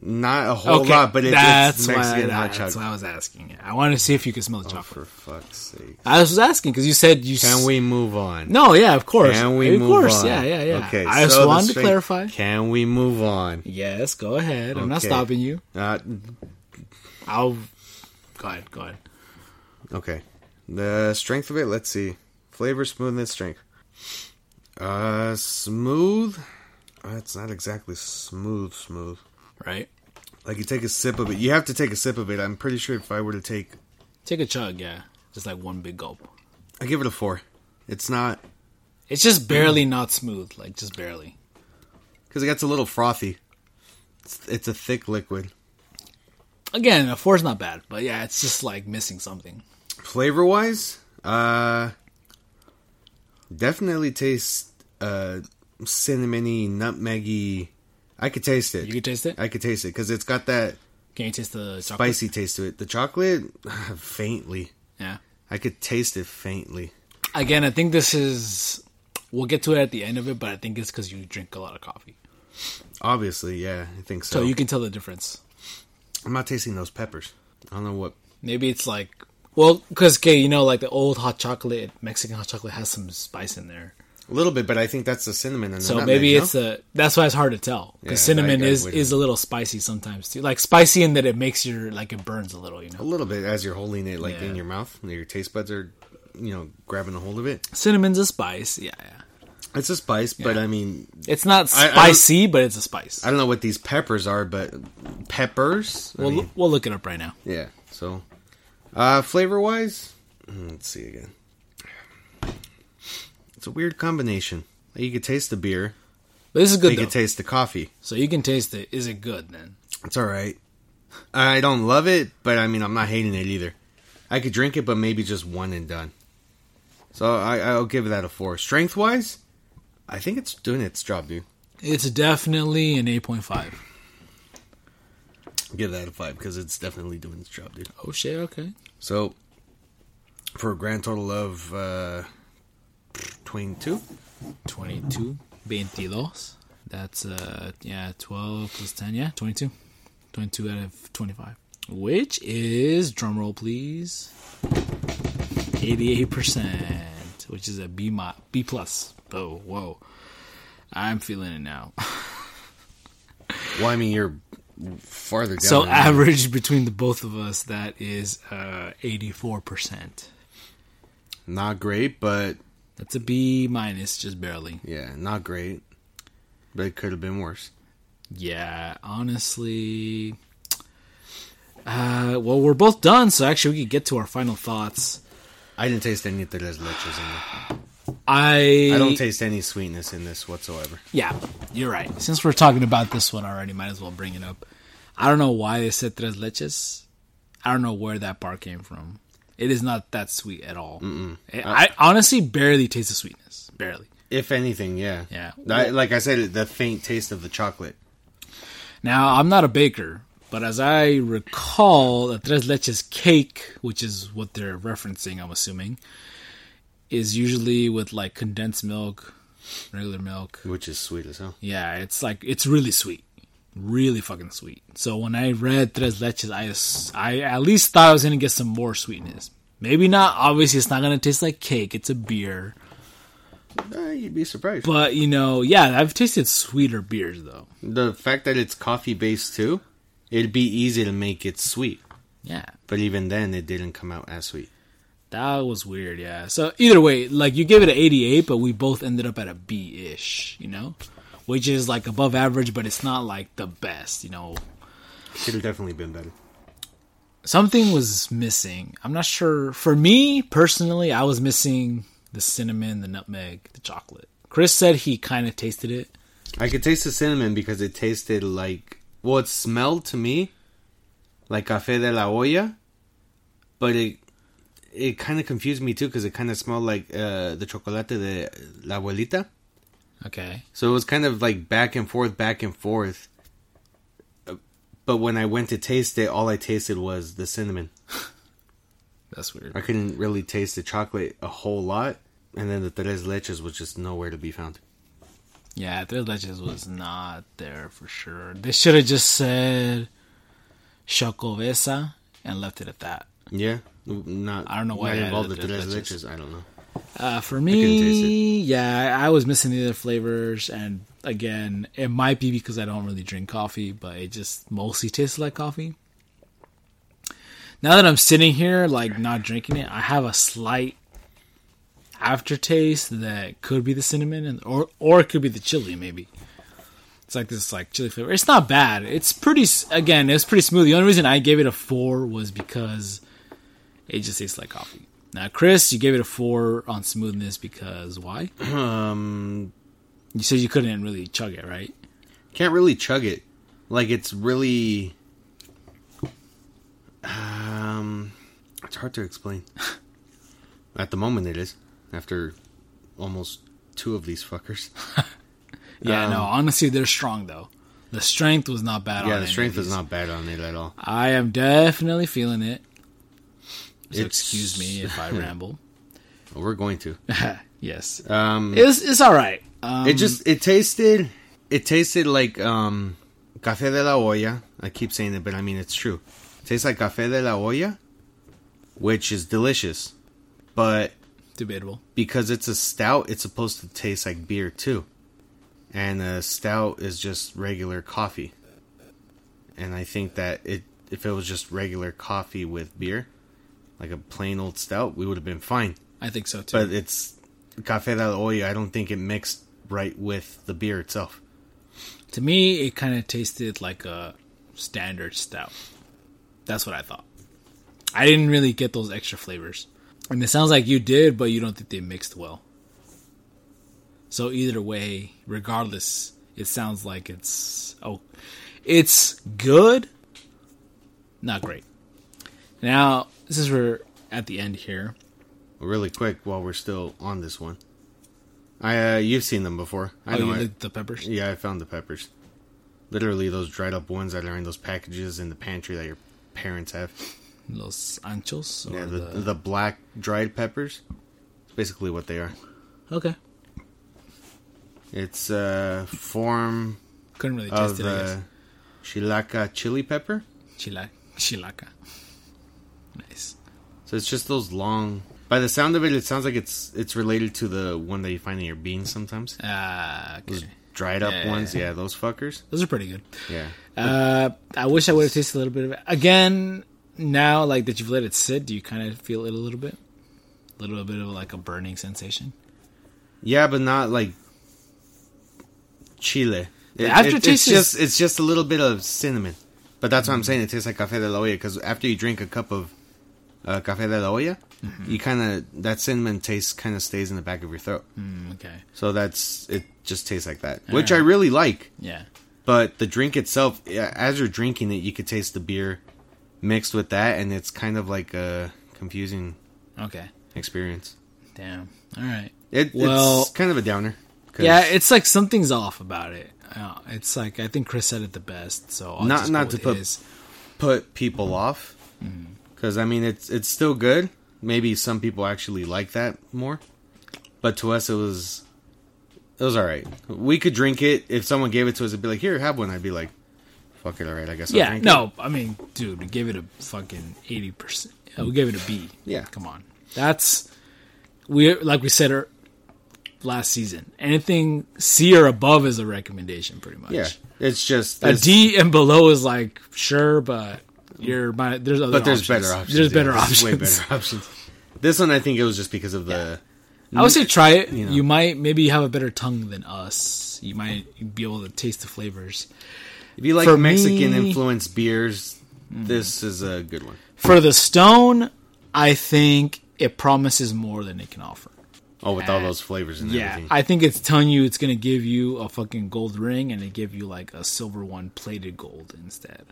Speaker 3: not a whole lot, but it, it's Mexican
Speaker 2: why,
Speaker 3: hot
Speaker 2: That's why
Speaker 3: chocolate.
Speaker 2: I was asking. Yeah, I wanted to see if you could smell the
Speaker 3: For
Speaker 2: chocolate.
Speaker 3: fuck's sake!
Speaker 2: I was asking because you said you.
Speaker 3: Can
Speaker 2: s-
Speaker 3: we move on?
Speaker 2: No, yeah, of course.
Speaker 3: Can we
Speaker 2: of
Speaker 3: move
Speaker 2: course,
Speaker 3: on?
Speaker 2: yeah, yeah, yeah.
Speaker 3: Okay,
Speaker 2: I just
Speaker 3: so the
Speaker 2: wanted to
Speaker 3: straight-
Speaker 2: clarify.
Speaker 3: Can we move on?
Speaker 2: Yes, go ahead. I'm not
Speaker 3: Okay.
Speaker 2: stopping you.
Speaker 3: Uh,
Speaker 2: I'll. Go ahead. Go ahead.
Speaker 3: okay. The strength of it. Let's see. Flavor, smoothness, strength. Uh, smooth. Uh, it's not exactly smooth. Smooth.
Speaker 2: Right.
Speaker 3: Like you take a sip of it. You have to take a sip of it. I'm pretty sure if I were to take
Speaker 2: Take a chug. Yeah, just like one big gulp.
Speaker 3: I give it a four. It's not
Speaker 2: It's
Speaker 3: Mm.
Speaker 2: just barely not smooth. Like just barely.
Speaker 3: because it gets a little frothy. It's, it's a thick liquid.
Speaker 2: Again, a four's not bad, but yeah, it's just like missing something.
Speaker 3: Flavor wise, uh, definitely tastes uh cinnamony, nutmeggy. I could taste it.
Speaker 2: You can taste it.
Speaker 3: I could taste it because it's got that
Speaker 2: Can you taste the chocolate?
Speaker 3: spicy taste to it. The chocolate, [SIGHS] faintly.
Speaker 2: Yeah.
Speaker 3: I could taste it faintly.
Speaker 2: Again, I think this is. We'll get to it at the end of it, but I think it's because you drink a lot of coffee,
Speaker 3: Obviously, yeah, I think so.
Speaker 2: so you can tell the difference.
Speaker 3: I'm not tasting those peppers. I don't know what.
Speaker 2: Maybe it's like, well, because okay, you know, like the old hot chocolate, Mexican hot chocolate has some spice in there.
Speaker 3: A little bit, but I think that's the cinnamon. And the
Speaker 2: So
Speaker 3: nutmeg,
Speaker 2: maybe
Speaker 3: no?
Speaker 2: it's a. That's why it's hard to tell because
Speaker 3: Yeah,
Speaker 2: cinnamon
Speaker 3: I- I
Speaker 2: is
Speaker 3: wouldn't.
Speaker 2: is a little spicy sometimes too. Like spicy in that it makes your like it burns a little, you
Speaker 3: a
Speaker 2: know.
Speaker 3: little bit as you're holding it, like
Speaker 2: Yeah.
Speaker 3: in your mouth. Your taste buds are, you know, grabbing a hold of it.
Speaker 2: Cinnamon's a spice, yeah. yeah.
Speaker 3: It's a spice, but
Speaker 2: Yeah.
Speaker 3: I mean,
Speaker 2: It's not
Speaker 3: I- I don't-
Speaker 2: spicy, but it's a spice.
Speaker 3: I don't know what these peppers are, but peppers. I
Speaker 2: we'll
Speaker 3: mean,
Speaker 2: we'll look it up right now.
Speaker 3: yeah. So, uh, flavor wise, let's see again. It's a weird combination. You could taste the beer.
Speaker 2: But this is
Speaker 3: You
Speaker 2: good though.
Speaker 3: could taste the coffee.
Speaker 2: so you can taste it. Is it good then?
Speaker 3: It's all right. I don't love it, but I mean, I'm not hating it either. I could drink it, but maybe just one and done. So I, I'll give that a four. Strength wise, I think it's doing its job, dude.
Speaker 2: It's definitely an eight point five.
Speaker 3: Give that a five because it's definitely doing its job, dude.
Speaker 2: Oh shit! Okay.
Speaker 3: So for a grand total of uh, 22,
Speaker 2: 22, 22. That's uh yeah, 12 plus 10, yeah, 22. 22 out of 25. Which is drum roll please. 88%, which is a B mi- B plus. Oh, whoa. I'm feeling it now.
Speaker 3: well, I mean, you're farther down.
Speaker 2: so
Speaker 3: than me.
Speaker 2: average between the both of us that is uh 84%.
Speaker 3: not great, but
Speaker 2: That's a B minus just barely.
Speaker 3: yeah, not great. But it could have been worse.
Speaker 2: Yeah, honestly. Uh, well, we're both done, so actually we could get to our final thoughts.
Speaker 3: I didn't taste any tres leches in there.
Speaker 2: I
Speaker 3: I don't taste any sweetness in this whatsoever.
Speaker 2: Yeah, you're right. Since we're talking about this one already, might as well bring it up. I don't know why they said tres leches. I don't know where that bar came from. It is not that sweet at all. I, I honestly barely taste the sweetness. Barely.
Speaker 3: If anything, yeah.
Speaker 2: Yeah.
Speaker 3: I, like I said, the faint taste of the chocolate.
Speaker 2: Now, I'm not a baker, but as I recall, a tres leches cake, which is what they're referencing, I'm assuming, is usually with like condensed milk, regular milk.
Speaker 3: Which is sweet as hell.
Speaker 2: Yeah, it's like it's really sweet, really fucking sweet. So when I read tres leches, I ass- I at least thought I was gonna get some more sweetness. Maybe not. Obviously, it's not gonna taste like cake. It's a beer,
Speaker 3: Uh, you'd be surprised.
Speaker 2: but you know, yeah, I've tasted sweeter beers though.
Speaker 3: the fact that it's coffee based too, it'd be easy to make it sweet.
Speaker 2: Yeah.
Speaker 3: But even then, it didn't come out as sweet.
Speaker 2: That was weird, yeah. So either way, like you gave it an 88, but we both ended up at a B ish, you know, which is like above average, but it's not like the best, you know.
Speaker 3: Could have definitely been better.
Speaker 2: Something was missing. I'm not sure. For me personally, I was missing the cinnamon, the nutmeg, the chocolate. Chris said he kind of tasted it.
Speaker 3: I could taste the cinnamon because it tasted like well, it smelled to me like cafe de la olla, but it it kind of confused me too because it kind of smelled like uh, the chocolate de la abuelita.
Speaker 2: Okay,
Speaker 3: So it was kind of like back and forth, back and forth. Uh, But when I went to taste it, all I tasted was the cinnamon.
Speaker 2: that's weird.
Speaker 3: I couldn't really taste the chocolate a whole lot, and then the tres leches was just nowhere to be found.
Speaker 2: Yeah, Tres Leches was not there for sure. They should have just said Chocovesa and left it at that.
Speaker 3: Yeah, not.
Speaker 2: I don't know why
Speaker 3: not
Speaker 2: they
Speaker 3: involved the
Speaker 2: added the
Speaker 3: tres
Speaker 2: Tres
Speaker 3: leches. I don't know.
Speaker 2: Uh, for
Speaker 3: couldn't taste
Speaker 2: me, yeah, I was missing the other flavors, and again, it might be because I don't really drink coffee, but it just mostly tastes like coffee. Now that I'm sitting here, like not drinking it, I have a slight aftertaste that could be the cinnamon, and or or it could be the chili, maybe. It's like this like chili flavor. It's not bad. It's pretty. s- Again, it's pretty smooth. The only reason I gave it a four was because it just tastes like coffee. Now, Chris, you gave it a four on smoothness because why?
Speaker 3: [CLEARS THROAT] Um,
Speaker 2: You said you couldn't really chug it, right?
Speaker 3: can't really chug it. Like it's really, um, it's hard
Speaker 2: [LAUGHS]
Speaker 3: to explain. At the moment, it is. After almost two of these fuckers.
Speaker 2: [LAUGHS]
Speaker 3: Um,
Speaker 2: Yeah, no. Honestly, they're strong though. The strength was not bad. on
Speaker 3: Yeah,
Speaker 2: any
Speaker 3: the
Speaker 2: of
Speaker 3: strength is
Speaker 2: these.
Speaker 3: not bad on it at all.
Speaker 2: I am definitely feeling it. So
Speaker 3: It's-
Speaker 2: excuse me if
Speaker 3: [LAUGHS]
Speaker 2: I ramble. [LAUGHS]
Speaker 3: We're going to.
Speaker 2: yes,
Speaker 3: Um,
Speaker 2: it's it's all right. Um,
Speaker 3: it just it tasted it tasted like um café de la olla. I keep saying it, but I mean it's true. It tastes like café de la olla, which is delicious. But
Speaker 2: debatable.
Speaker 3: because it's a stout, it's supposed to taste like beer too. And a stout is just regular coffee. And I think that it if it was just regular coffee with beer, like a plain old stout, we would have been fine.
Speaker 2: I think so too.
Speaker 3: But it's Café de la Olla, I don't think it mixed right with the beer itself.
Speaker 2: to me, it kind of tasted like a standard stout. That's what I thought. I didn't really get those extra flavors, and it sounds like you did, but you don't think they mixed well. So either way, regardless, it sounds like it's oh, it's good, not great. Now, since we're at the end here,
Speaker 3: Really quick while we're still on this one. I uh, you've seen them before. I
Speaker 2: oh,
Speaker 3: know
Speaker 2: you
Speaker 3: I-
Speaker 2: licked the peppers.
Speaker 3: Yeah, I found the peppers. Literally those dried up ones that are in those packages in the pantry that your parents have.
Speaker 2: Los Anchos. Or
Speaker 3: Yeah, the,
Speaker 2: the,
Speaker 3: the black dried peppers. It's basically what they are.
Speaker 2: okay.
Speaker 3: It's a form
Speaker 2: Couldn't really taste
Speaker 3: of
Speaker 2: it. I guess.
Speaker 3: Oh, the chilaca chili pepper.
Speaker 2: Chila- chilaca. Nice.
Speaker 3: So it's just those long. By the sound of it, it sounds like it's it's related to the one that you find in your beans sometimes.
Speaker 2: Ah, okay.
Speaker 3: Dried up
Speaker 2: Yeah.
Speaker 3: ones, yeah, those fuckers.
Speaker 2: Those are pretty good.
Speaker 3: Yeah,
Speaker 2: Uh, I wish I would have tasted a little bit of it. Again, now, like that you've let it sit, do you kind of feel it a little bit? A little bit of like a burning sensation?
Speaker 3: yeah, but not like chile. It-
Speaker 2: aftertaste
Speaker 3: it- it's
Speaker 2: is-
Speaker 3: just it's just a little bit of cinnamon, but that's what I'm saying. It tastes like café de la olla because after you drink a cup of uh, café de la olla,
Speaker 2: Mm-hmm.
Speaker 3: you kind of that cinnamon taste kind of stays in the back of your throat.
Speaker 2: Mm, okay.
Speaker 3: So that's it. Just tastes like that, which I
Speaker 2: Alright.
Speaker 3: really like.
Speaker 2: Yeah.
Speaker 3: but the drink itself yeah, as you're drinking it you could taste the beer mixed with that and it's kind of like a confusing
Speaker 2: Okay.
Speaker 3: experience
Speaker 2: Damn. All right.
Speaker 3: it,
Speaker 2: Well-
Speaker 3: it's kind of a downer 'cause
Speaker 2: Yeah, it's like something's off about it. Uh, it's like I think Chris said it the best. So I'll
Speaker 3: Not-
Speaker 2: just go
Speaker 3: not
Speaker 2: with
Speaker 3: to put-
Speaker 2: his.
Speaker 3: put people off because i mean it's it's still good maybe some people actually like that more but to us it was it was all right we could drink it if someone gave it to us it'd be like here have one i'd be like fuck it all right i guess I'll
Speaker 2: Yeah,
Speaker 3: drink
Speaker 2: no, I mean, dude, we gave it a fucking eighty percent. We gave it a B.
Speaker 3: Yeah.
Speaker 2: come on, that's we like we said er, last season. Anything C or above is a recommendation, pretty much.
Speaker 3: it. yeah it's just
Speaker 2: a
Speaker 3: it's-
Speaker 2: D and below is like sure, but you're my, there's other
Speaker 3: But there's
Speaker 2: options.
Speaker 3: better options.
Speaker 2: There's
Speaker 3: yeah.
Speaker 2: better
Speaker 3: There's
Speaker 2: options.
Speaker 3: Way better [LAUGHS] options. This one, I think it was just because of the.
Speaker 2: I would say try it. You,
Speaker 3: know.
Speaker 2: might maybe have a better tongue than us. You might be able to taste the flavors.
Speaker 3: If you like
Speaker 2: For
Speaker 3: Mexican
Speaker 2: me-
Speaker 3: influenced beers, this is a good one.
Speaker 2: For the stone, I think it promises more than it can offer.
Speaker 3: Oh, with all those flavors and
Speaker 2: Uh, Yeah,
Speaker 3: everything.
Speaker 2: I think it's telling you it's gonna give you a fucking gold ring and it give you like a silver one plated gold instead.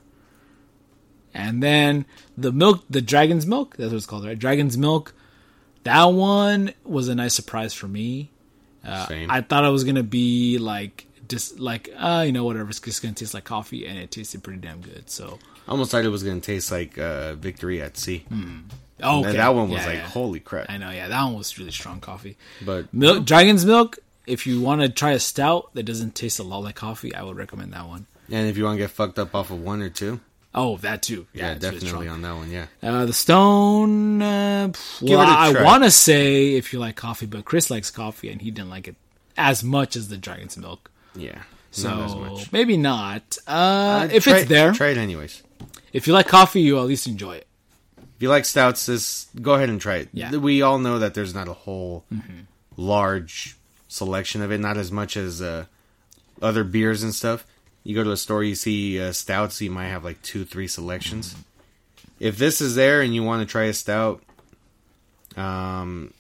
Speaker 2: And then the milk, the dragon's milk, that's what it's called, right? Dragon's milk. That one was a nice surprise for me.
Speaker 3: Same.
Speaker 2: uh, I thought I was gonna be like just like uh, you know whatever, it's just gonna taste like coffee, and it tasted pretty damn good. So
Speaker 3: almost thought it was going to taste like uh, Victory at Sea.
Speaker 2: oh,
Speaker 3: And
Speaker 2: okay.
Speaker 3: That one was
Speaker 2: Yeah,
Speaker 3: like,
Speaker 2: yeah.
Speaker 3: holy crap.
Speaker 2: I know, yeah, that one was really strong coffee.
Speaker 3: But
Speaker 2: Milk, dragon's milk. If you want to try a stout that doesn't taste a lot like coffee, I would recommend that one.
Speaker 3: and if you want to get fucked up off of one or two,
Speaker 2: Oh, that too.
Speaker 3: yeah,
Speaker 2: Yeah, it's really
Speaker 3: definitely
Speaker 2: strong.
Speaker 3: on that one. Yeah,
Speaker 2: Uh, the stone. Uh, pff,
Speaker 3: it
Speaker 2: well,
Speaker 3: a
Speaker 2: I
Speaker 3: try.
Speaker 2: want to say if you like coffee, but Chris likes coffee and he didn't like it as much as the dragon's milk.
Speaker 3: yeah.
Speaker 2: So
Speaker 3: Not as much.
Speaker 2: maybe not. Uh,
Speaker 3: I'd
Speaker 2: if
Speaker 3: try-
Speaker 2: it's there,
Speaker 3: try it anyways.
Speaker 2: if you like coffee, you at least enjoy it.
Speaker 3: If you like stouts, this go ahead and try it.
Speaker 2: Yeah. Mm-hmm.
Speaker 3: We all know that there's not a whole large selection of it, not as much as uh, other beers and stuff. You go to a store, you see uh, stouts, you might have like two, three
Speaker 2: Mm-hmm.
Speaker 3: selections. If this is there and you want to try a stout, um,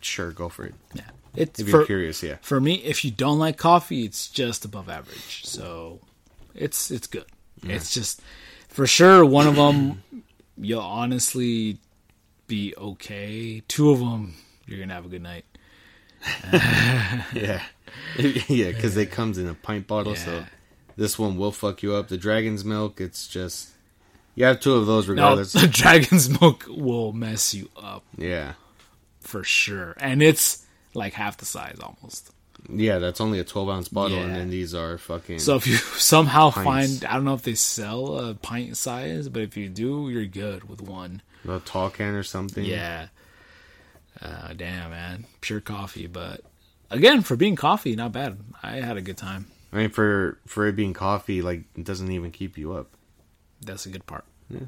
Speaker 3: sure, go for it.
Speaker 2: Yeah, it's
Speaker 3: If
Speaker 2: for,
Speaker 3: you're
Speaker 2: [LAUGHS]
Speaker 3: curious, yeah.
Speaker 2: for me. If you don't like coffee, it's just above average. So it's it's good. It's just for sure one of them you'll honestly be okay. Two of them you're gonna have a good night.
Speaker 3: Yeah. [LAUGHS] yeah, because it comes in a pint bottle, so
Speaker 2: Yeah.
Speaker 3: this one will fuck you up. The dragon's milk, it's just You have two of those
Speaker 2: No, [LAUGHS]
Speaker 3: regardless.
Speaker 2: the dragon's milk will mess you up
Speaker 3: Yeah.
Speaker 2: for sure, and it's like half the size almost.
Speaker 3: Yeah, that's only a 12 ounce bottle, and
Speaker 2: Yeah.
Speaker 3: then these are fucking.
Speaker 2: So if you [LAUGHS] somehow
Speaker 3: Pints.
Speaker 2: find, I don't know if they sell a pint size, but if you do, you're good with one.
Speaker 3: a tall can or something.
Speaker 2: Yeah. Uh, damn, man, pure coffee. But again, for being coffee, not bad. I had a good time.
Speaker 3: I mean, for for it being coffee, like it doesn't even keep you up.
Speaker 2: That's a good part.
Speaker 3: Yeah.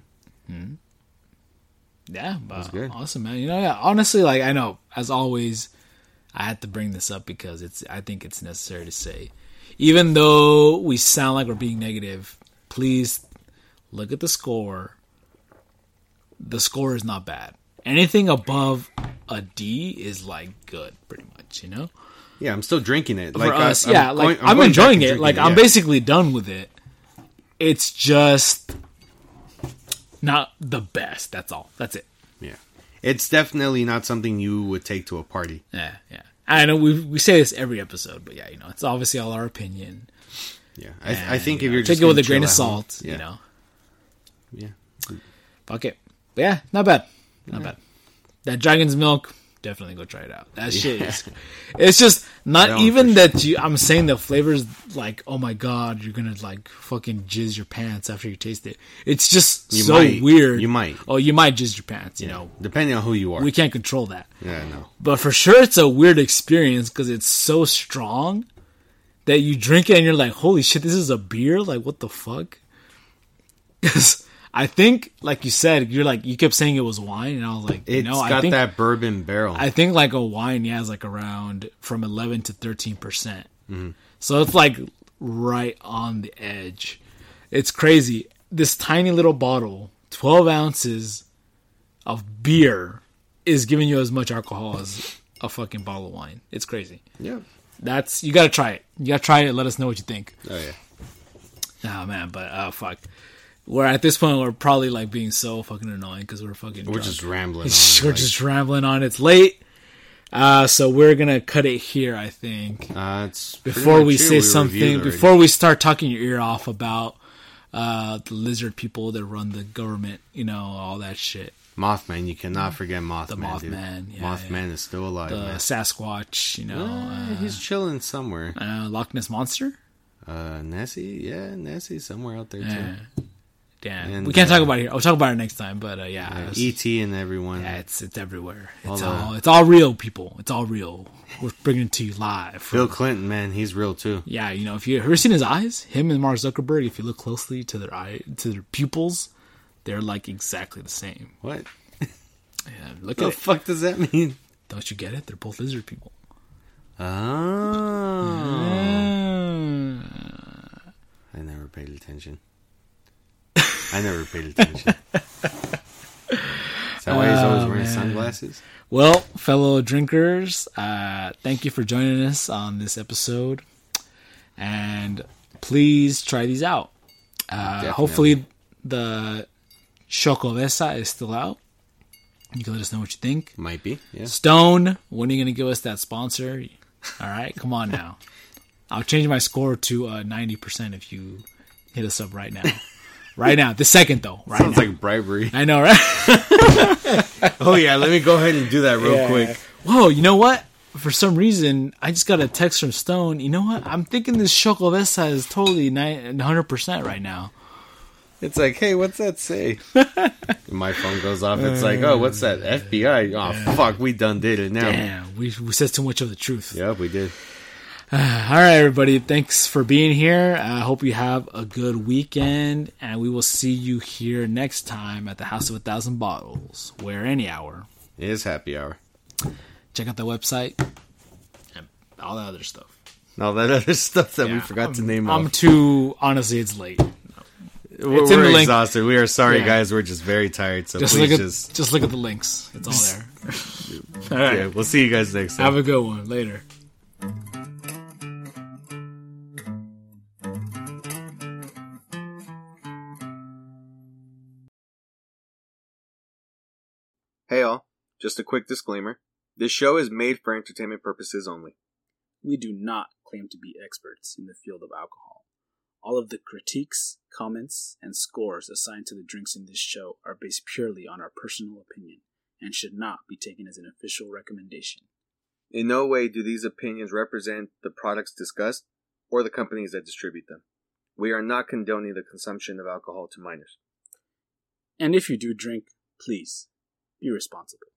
Speaker 2: Mhm. Yeah, but
Speaker 3: good.
Speaker 2: awesome, man. You know, yeah, honestly, like I know, as always, I had to bring this up because it's. I think it's necessary to say, even though we sound like we're being negative, please look at the score. The score is not bad. Anything above a D is like good, pretty much. You know,
Speaker 3: Yeah, I'm still drinking it.
Speaker 2: for
Speaker 3: I-
Speaker 2: us, yeah, like
Speaker 3: going-
Speaker 2: I'm,
Speaker 3: going back
Speaker 2: enjoying
Speaker 3: and
Speaker 2: it.
Speaker 3: drinking
Speaker 2: Like I'm
Speaker 3: yeah.
Speaker 2: basically done with it. It's just not the best. That's all. That's it.
Speaker 3: Yeah, it's definitely not something you would take to a party.
Speaker 2: Yeah, yeah. I know we we say this every episode, but yeah, you know, it's obviously all our opinion.
Speaker 3: Yeah, I, I
Speaker 2: And,
Speaker 3: think
Speaker 2: you
Speaker 3: if
Speaker 2: know,
Speaker 3: you're
Speaker 2: take
Speaker 3: just
Speaker 2: it with
Speaker 3: gonna
Speaker 2: a grain
Speaker 3: chill
Speaker 2: of
Speaker 3: at home-
Speaker 2: salt,
Speaker 3: yeah,
Speaker 2: you know,
Speaker 3: yeah,
Speaker 2: fuck it. But yeah, not bad, not bad. That dragon's milk, definitely go try it out. That shit is. It's just not
Speaker 3: That one
Speaker 2: even
Speaker 3: for
Speaker 2: that you. I'm saying the flavors like, oh my god, you're gonna like fucking jizz your pants after you taste it. It's just
Speaker 3: You
Speaker 2: so
Speaker 3: might.
Speaker 2: weird.
Speaker 3: You might.
Speaker 2: Oh, you might jizz your pants. You know,
Speaker 3: depending on who you are.
Speaker 2: we can't control that.
Speaker 3: yeah, no,
Speaker 2: But for sure, it's a weird experience because it's so strong that you drink it and you're like, holy shit, this is a beer? Like, what the fuck? [LAUGHS] Because I think, like you said, you're like, you kept saying it was wine, and I was like,
Speaker 3: it's
Speaker 2: no, I
Speaker 3: got
Speaker 2: think,
Speaker 3: that bourbon barrel.
Speaker 2: I think like a wine, yeah, is like around from 11 to 13%. percent
Speaker 3: Mm-hmm.
Speaker 2: So it's like right on the edge. It's crazy. This tiny little bottle, 12 ounces of beer, is giving you as much alcohol as a fucking bottle of wine. It's crazy.
Speaker 3: yeah,
Speaker 2: That's, you gotta try it. You gotta try it. Let us know what you think.
Speaker 3: oh yeah,
Speaker 2: Oh, man, but oh, fuck. We're at this point, we're probably like being so fucking annoying because we're fucking
Speaker 3: we're
Speaker 2: drunk. [LAUGHS]
Speaker 3: just rambling.
Speaker 2: we're
Speaker 3: on, like,
Speaker 2: just rambling on. It's late. Uh, so we're gonna cut it here, I think.
Speaker 3: uh, it's pretty
Speaker 2: Before
Speaker 3: much
Speaker 2: we
Speaker 3: it.
Speaker 2: say
Speaker 3: reviewed
Speaker 2: something,
Speaker 3: already.
Speaker 2: before we start talking your ear off about uh, the lizard people that run the government, you know, all that shit.
Speaker 3: Mothman, you cannot forget Mothman. dude.
Speaker 2: Mothman, yeah,
Speaker 3: Mothman is still alive.
Speaker 2: Uh,
Speaker 3: man.
Speaker 2: Sasquatch, you know,
Speaker 3: Uh,
Speaker 2: uh,
Speaker 3: he's chilling somewhere.
Speaker 2: uh, Loch Ness monster.
Speaker 3: Uh, Nessie, yeah, Nessie's somewhere out there too.
Speaker 2: Yeah. Damn,
Speaker 3: And,
Speaker 2: we can't talk
Speaker 3: uh,
Speaker 2: about it here. I'll talk about it next time. But uh, yeah, I
Speaker 3: Yeah,
Speaker 2: was-
Speaker 3: ET E and everyone.
Speaker 2: yeah, it's it's everywhere.
Speaker 3: All
Speaker 2: It's
Speaker 3: the-
Speaker 2: all it's all real, people. It's all real. We're bringing it to you live. from
Speaker 3: Bill Clinton, man, he's real too.
Speaker 2: Yeah, you know, if you ever seen his eyes, him and Mark Zuckerberg, if you look closely to their eye to their pupils, they're like exactly the same.
Speaker 3: What
Speaker 2: Yeah, look
Speaker 3: the
Speaker 2: at it.
Speaker 3: fuck does that mean?
Speaker 2: Don't you get it? They're both lizard people.
Speaker 3: Oh,
Speaker 2: Mm.
Speaker 3: I never paid attention. I never paid attention. Is that why he's always wearing sunglasses?
Speaker 2: Well, fellow drinkers, uh, thank you for joining us on this episode, and please try these out. Uh,
Speaker 3: Definitely.
Speaker 2: hopefully, the Chocovesa is still out. You can let us know what you think.
Speaker 3: Might be. Yeah.
Speaker 2: Stone, when are you going to give us that sponsor? All right, come on now. I'll change my score to uh, 90% if you hit us up right now. Right now, the second though. Right
Speaker 3: Sounds
Speaker 2: now.
Speaker 3: like bribery. [LAUGHS]
Speaker 2: I know, right? [LAUGHS]
Speaker 3: oh yeah, let me go ahead and do that real quick.
Speaker 2: Whoa, you know what? For some reason, I just got a text from Stone. You know what? I'm thinking this Chocovesa is totally ni- 100% right now.
Speaker 3: It's like, hey, what's that say? [LAUGHS] My phone goes off. It's like, oh, what's that? FBI. Oh fuck, we done did it now.
Speaker 2: Damn, we, we said too much of the truth.
Speaker 3: Yep, we did.
Speaker 2: All right, everybody. Thanks for being here. I hope you have a good weekend, and we will see you here next time at the House of a Thousand Bottles, where any hour.
Speaker 3: It is happy hour.
Speaker 2: Check out the website and all that other stuff.
Speaker 3: And all that [LAUGHS] other stuff that we
Speaker 2: Yeah,
Speaker 3: forgot
Speaker 2: I'm,
Speaker 3: to name
Speaker 2: I'm
Speaker 3: off.
Speaker 2: too honestly. It's late.
Speaker 3: We're,
Speaker 2: it's in the
Speaker 3: we're
Speaker 2: link.
Speaker 3: exhausted. We are sorry,
Speaker 2: Yeah.
Speaker 3: guys. We're just very tired. So
Speaker 2: Just
Speaker 3: please
Speaker 2: look at
Speaker 3: just.
Speaker 2: just look at the links. It's all there. all right.
Speaker 3: Yeah, we'll see you guys next time.
Speaker 2: Have a good one. Later.
Speaker 4: Hey all, just a quick disclaimer. This show is made for entertainment purposes only.
Speaker 1: We do not claim to be experts in the field of alcohol.
Speaker 2: All of the critiques, comments, and scores assigned to the drinks in this show are based purely on our personal opinion and should not be taken as an official recommendation.
Speaker 4: In no way do these opinions represent the products discussed or the companies that distribute them. We are not condoning the consumption of alcohol to minors.
Speaker 2: And if you do drink, please be responsible.